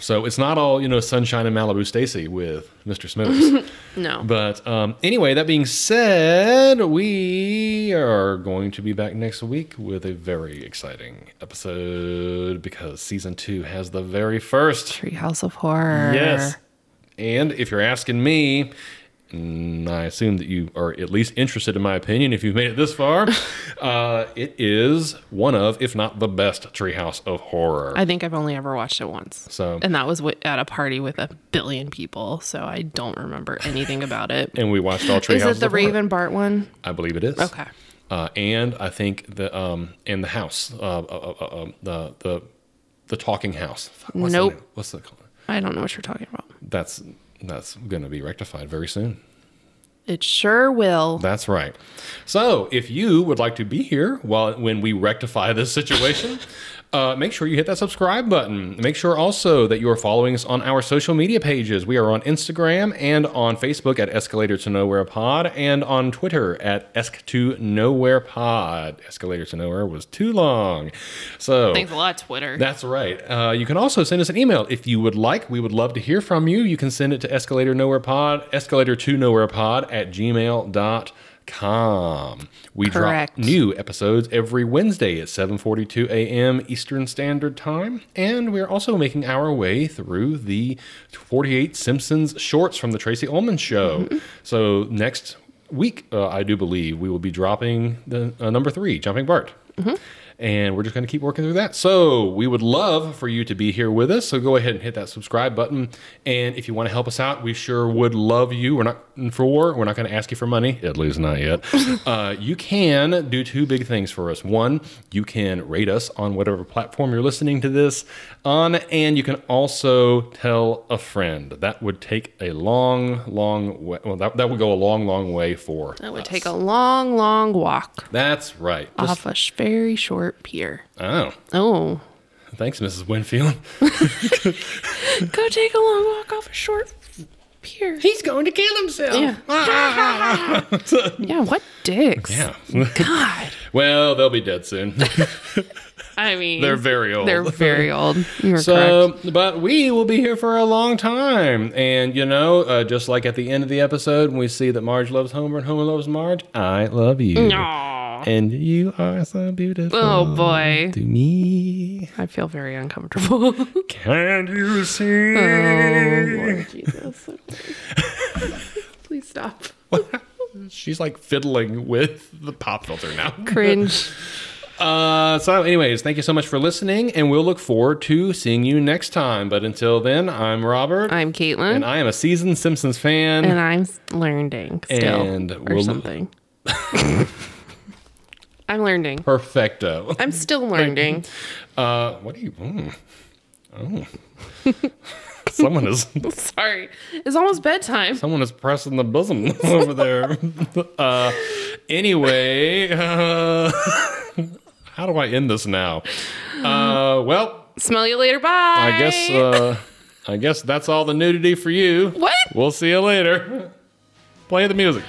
B: So it's not all you know, sunshine and Malibu Stacy with Mister Smithers.
A: No.
B: but um, anyway, that being said, we are going to be back next week with a very exciting episode because season two has the very first.
A: Treehouse of Horror.
B: Yes. And if you're asking me, and I assume that you are at least interested in my opinion if you've made it this far. uh, it is one of, if not the best, Treehouse of Horror.
A: I think I've only ever watched it once.
B: So-
A: and that was wi- at a party with a billion people, so I don't remember anything about it.
B: and we watched all Treehouse.
A: Is it the
B: of Horror.
A: Raven Bart one?
B: I believe it is.
A: Okay.
B: Uh, and I think the um and the house uh, uh, uh, uh the the the talking house. Fuck, What's
A: Nope.
B: The name? What's the called?
A: I don't know what you're talking about.
B: That's that's gonna be rectified very soon.
A: It sure will.
B: That's right. So, if you would like to be here while when we rectify this situation, uh, make sure you hit that subscribe button. Make sure also that you are following us on our social media pages. We are on Instagram and on Facebook at Escalator to Nowhere Pod and on Twitter at Esc to Nowhere Pod. Escalator to Nowhere was too long, so
A: Thanks a lot, Twitter.
B: that's right. Uh, you can also send us an email if you would like. We would love to hear from you. You can send it to escalator nowhere pod, escalator to nowhere pod at gmail.com. We
A: Correct.
B: drop new episodes every Wednesday at 7.42 a.m. Eastern Standard Time. And we're also making our way through the 48 Simpsons shorts from the Tracy Ullman Show. So next week, uh, I do believe, we will be dropping the uh, number three, Jumping Bart. And we're just going to keep working through that. So we would love for you to be here with us. So go ahead and hit that subscribe button. And if you want to help us out, we sure would love you. We're not for we're not going to ask you for money, at least not yet. uh, you can do two big things for us. One, you can rate us on whatever platform you're listening to this on, and you can also tell a friend. That would take a long, long way. Well, that, that would go a long, long way for.
A: That would take a long, long walk
B: That's right. Just,
A: off a sh- very short pier.
B: oh,
A: Oh.
B: thanks, Mrs. Winfield.
A: Go take a long walk off a short pier.
B: He's going to kill himself.
A: Yeah. Yeah, what dicks?
B: Yeah.
A: Oh. God.
B: well, they'll be dead soon.
A: I mean,
B: They're very old.
A: They're very old. You're
B: so, but we will be here for a long time. And, you know, uh, just like at the end of the episode, when we see that Marge loves Homer and Homer loves Marge, I love you.
A: correct. Aw.
B: And you are so beautiful
A: Oh boy.
B: to me.
A: I feel very uncomfortable. oh
B: Can you see?
A: Lord Jesus. Please stop.
B: She's like fiddling with the pop filter now.
A: Cringe.
B: Uh, so, anyways, thank you so much for listening, and we'll look forward to seeing you next time. But until then, I'm Robert,
A: I'm Caitlin.
B: and I am a seasoned Simpsons fan.
A: and I'm s- learning still
B: And
A: or
B: we'll-
A: something. I'm learning.
B: Perfecto.
A: I'm still learning.
B: Uh, what do you? Mm, oh, someone is
A: Sorry. It's almost bedtime.
B: someone is pressing the bosom over there. Uh, anyway, uh, how do I end this now? Uh, well,
A: Smell you later. Bye.
B: I guess uh, I guess that's all the nudity for you.
A: What?
B: We'll see you later. Play the music.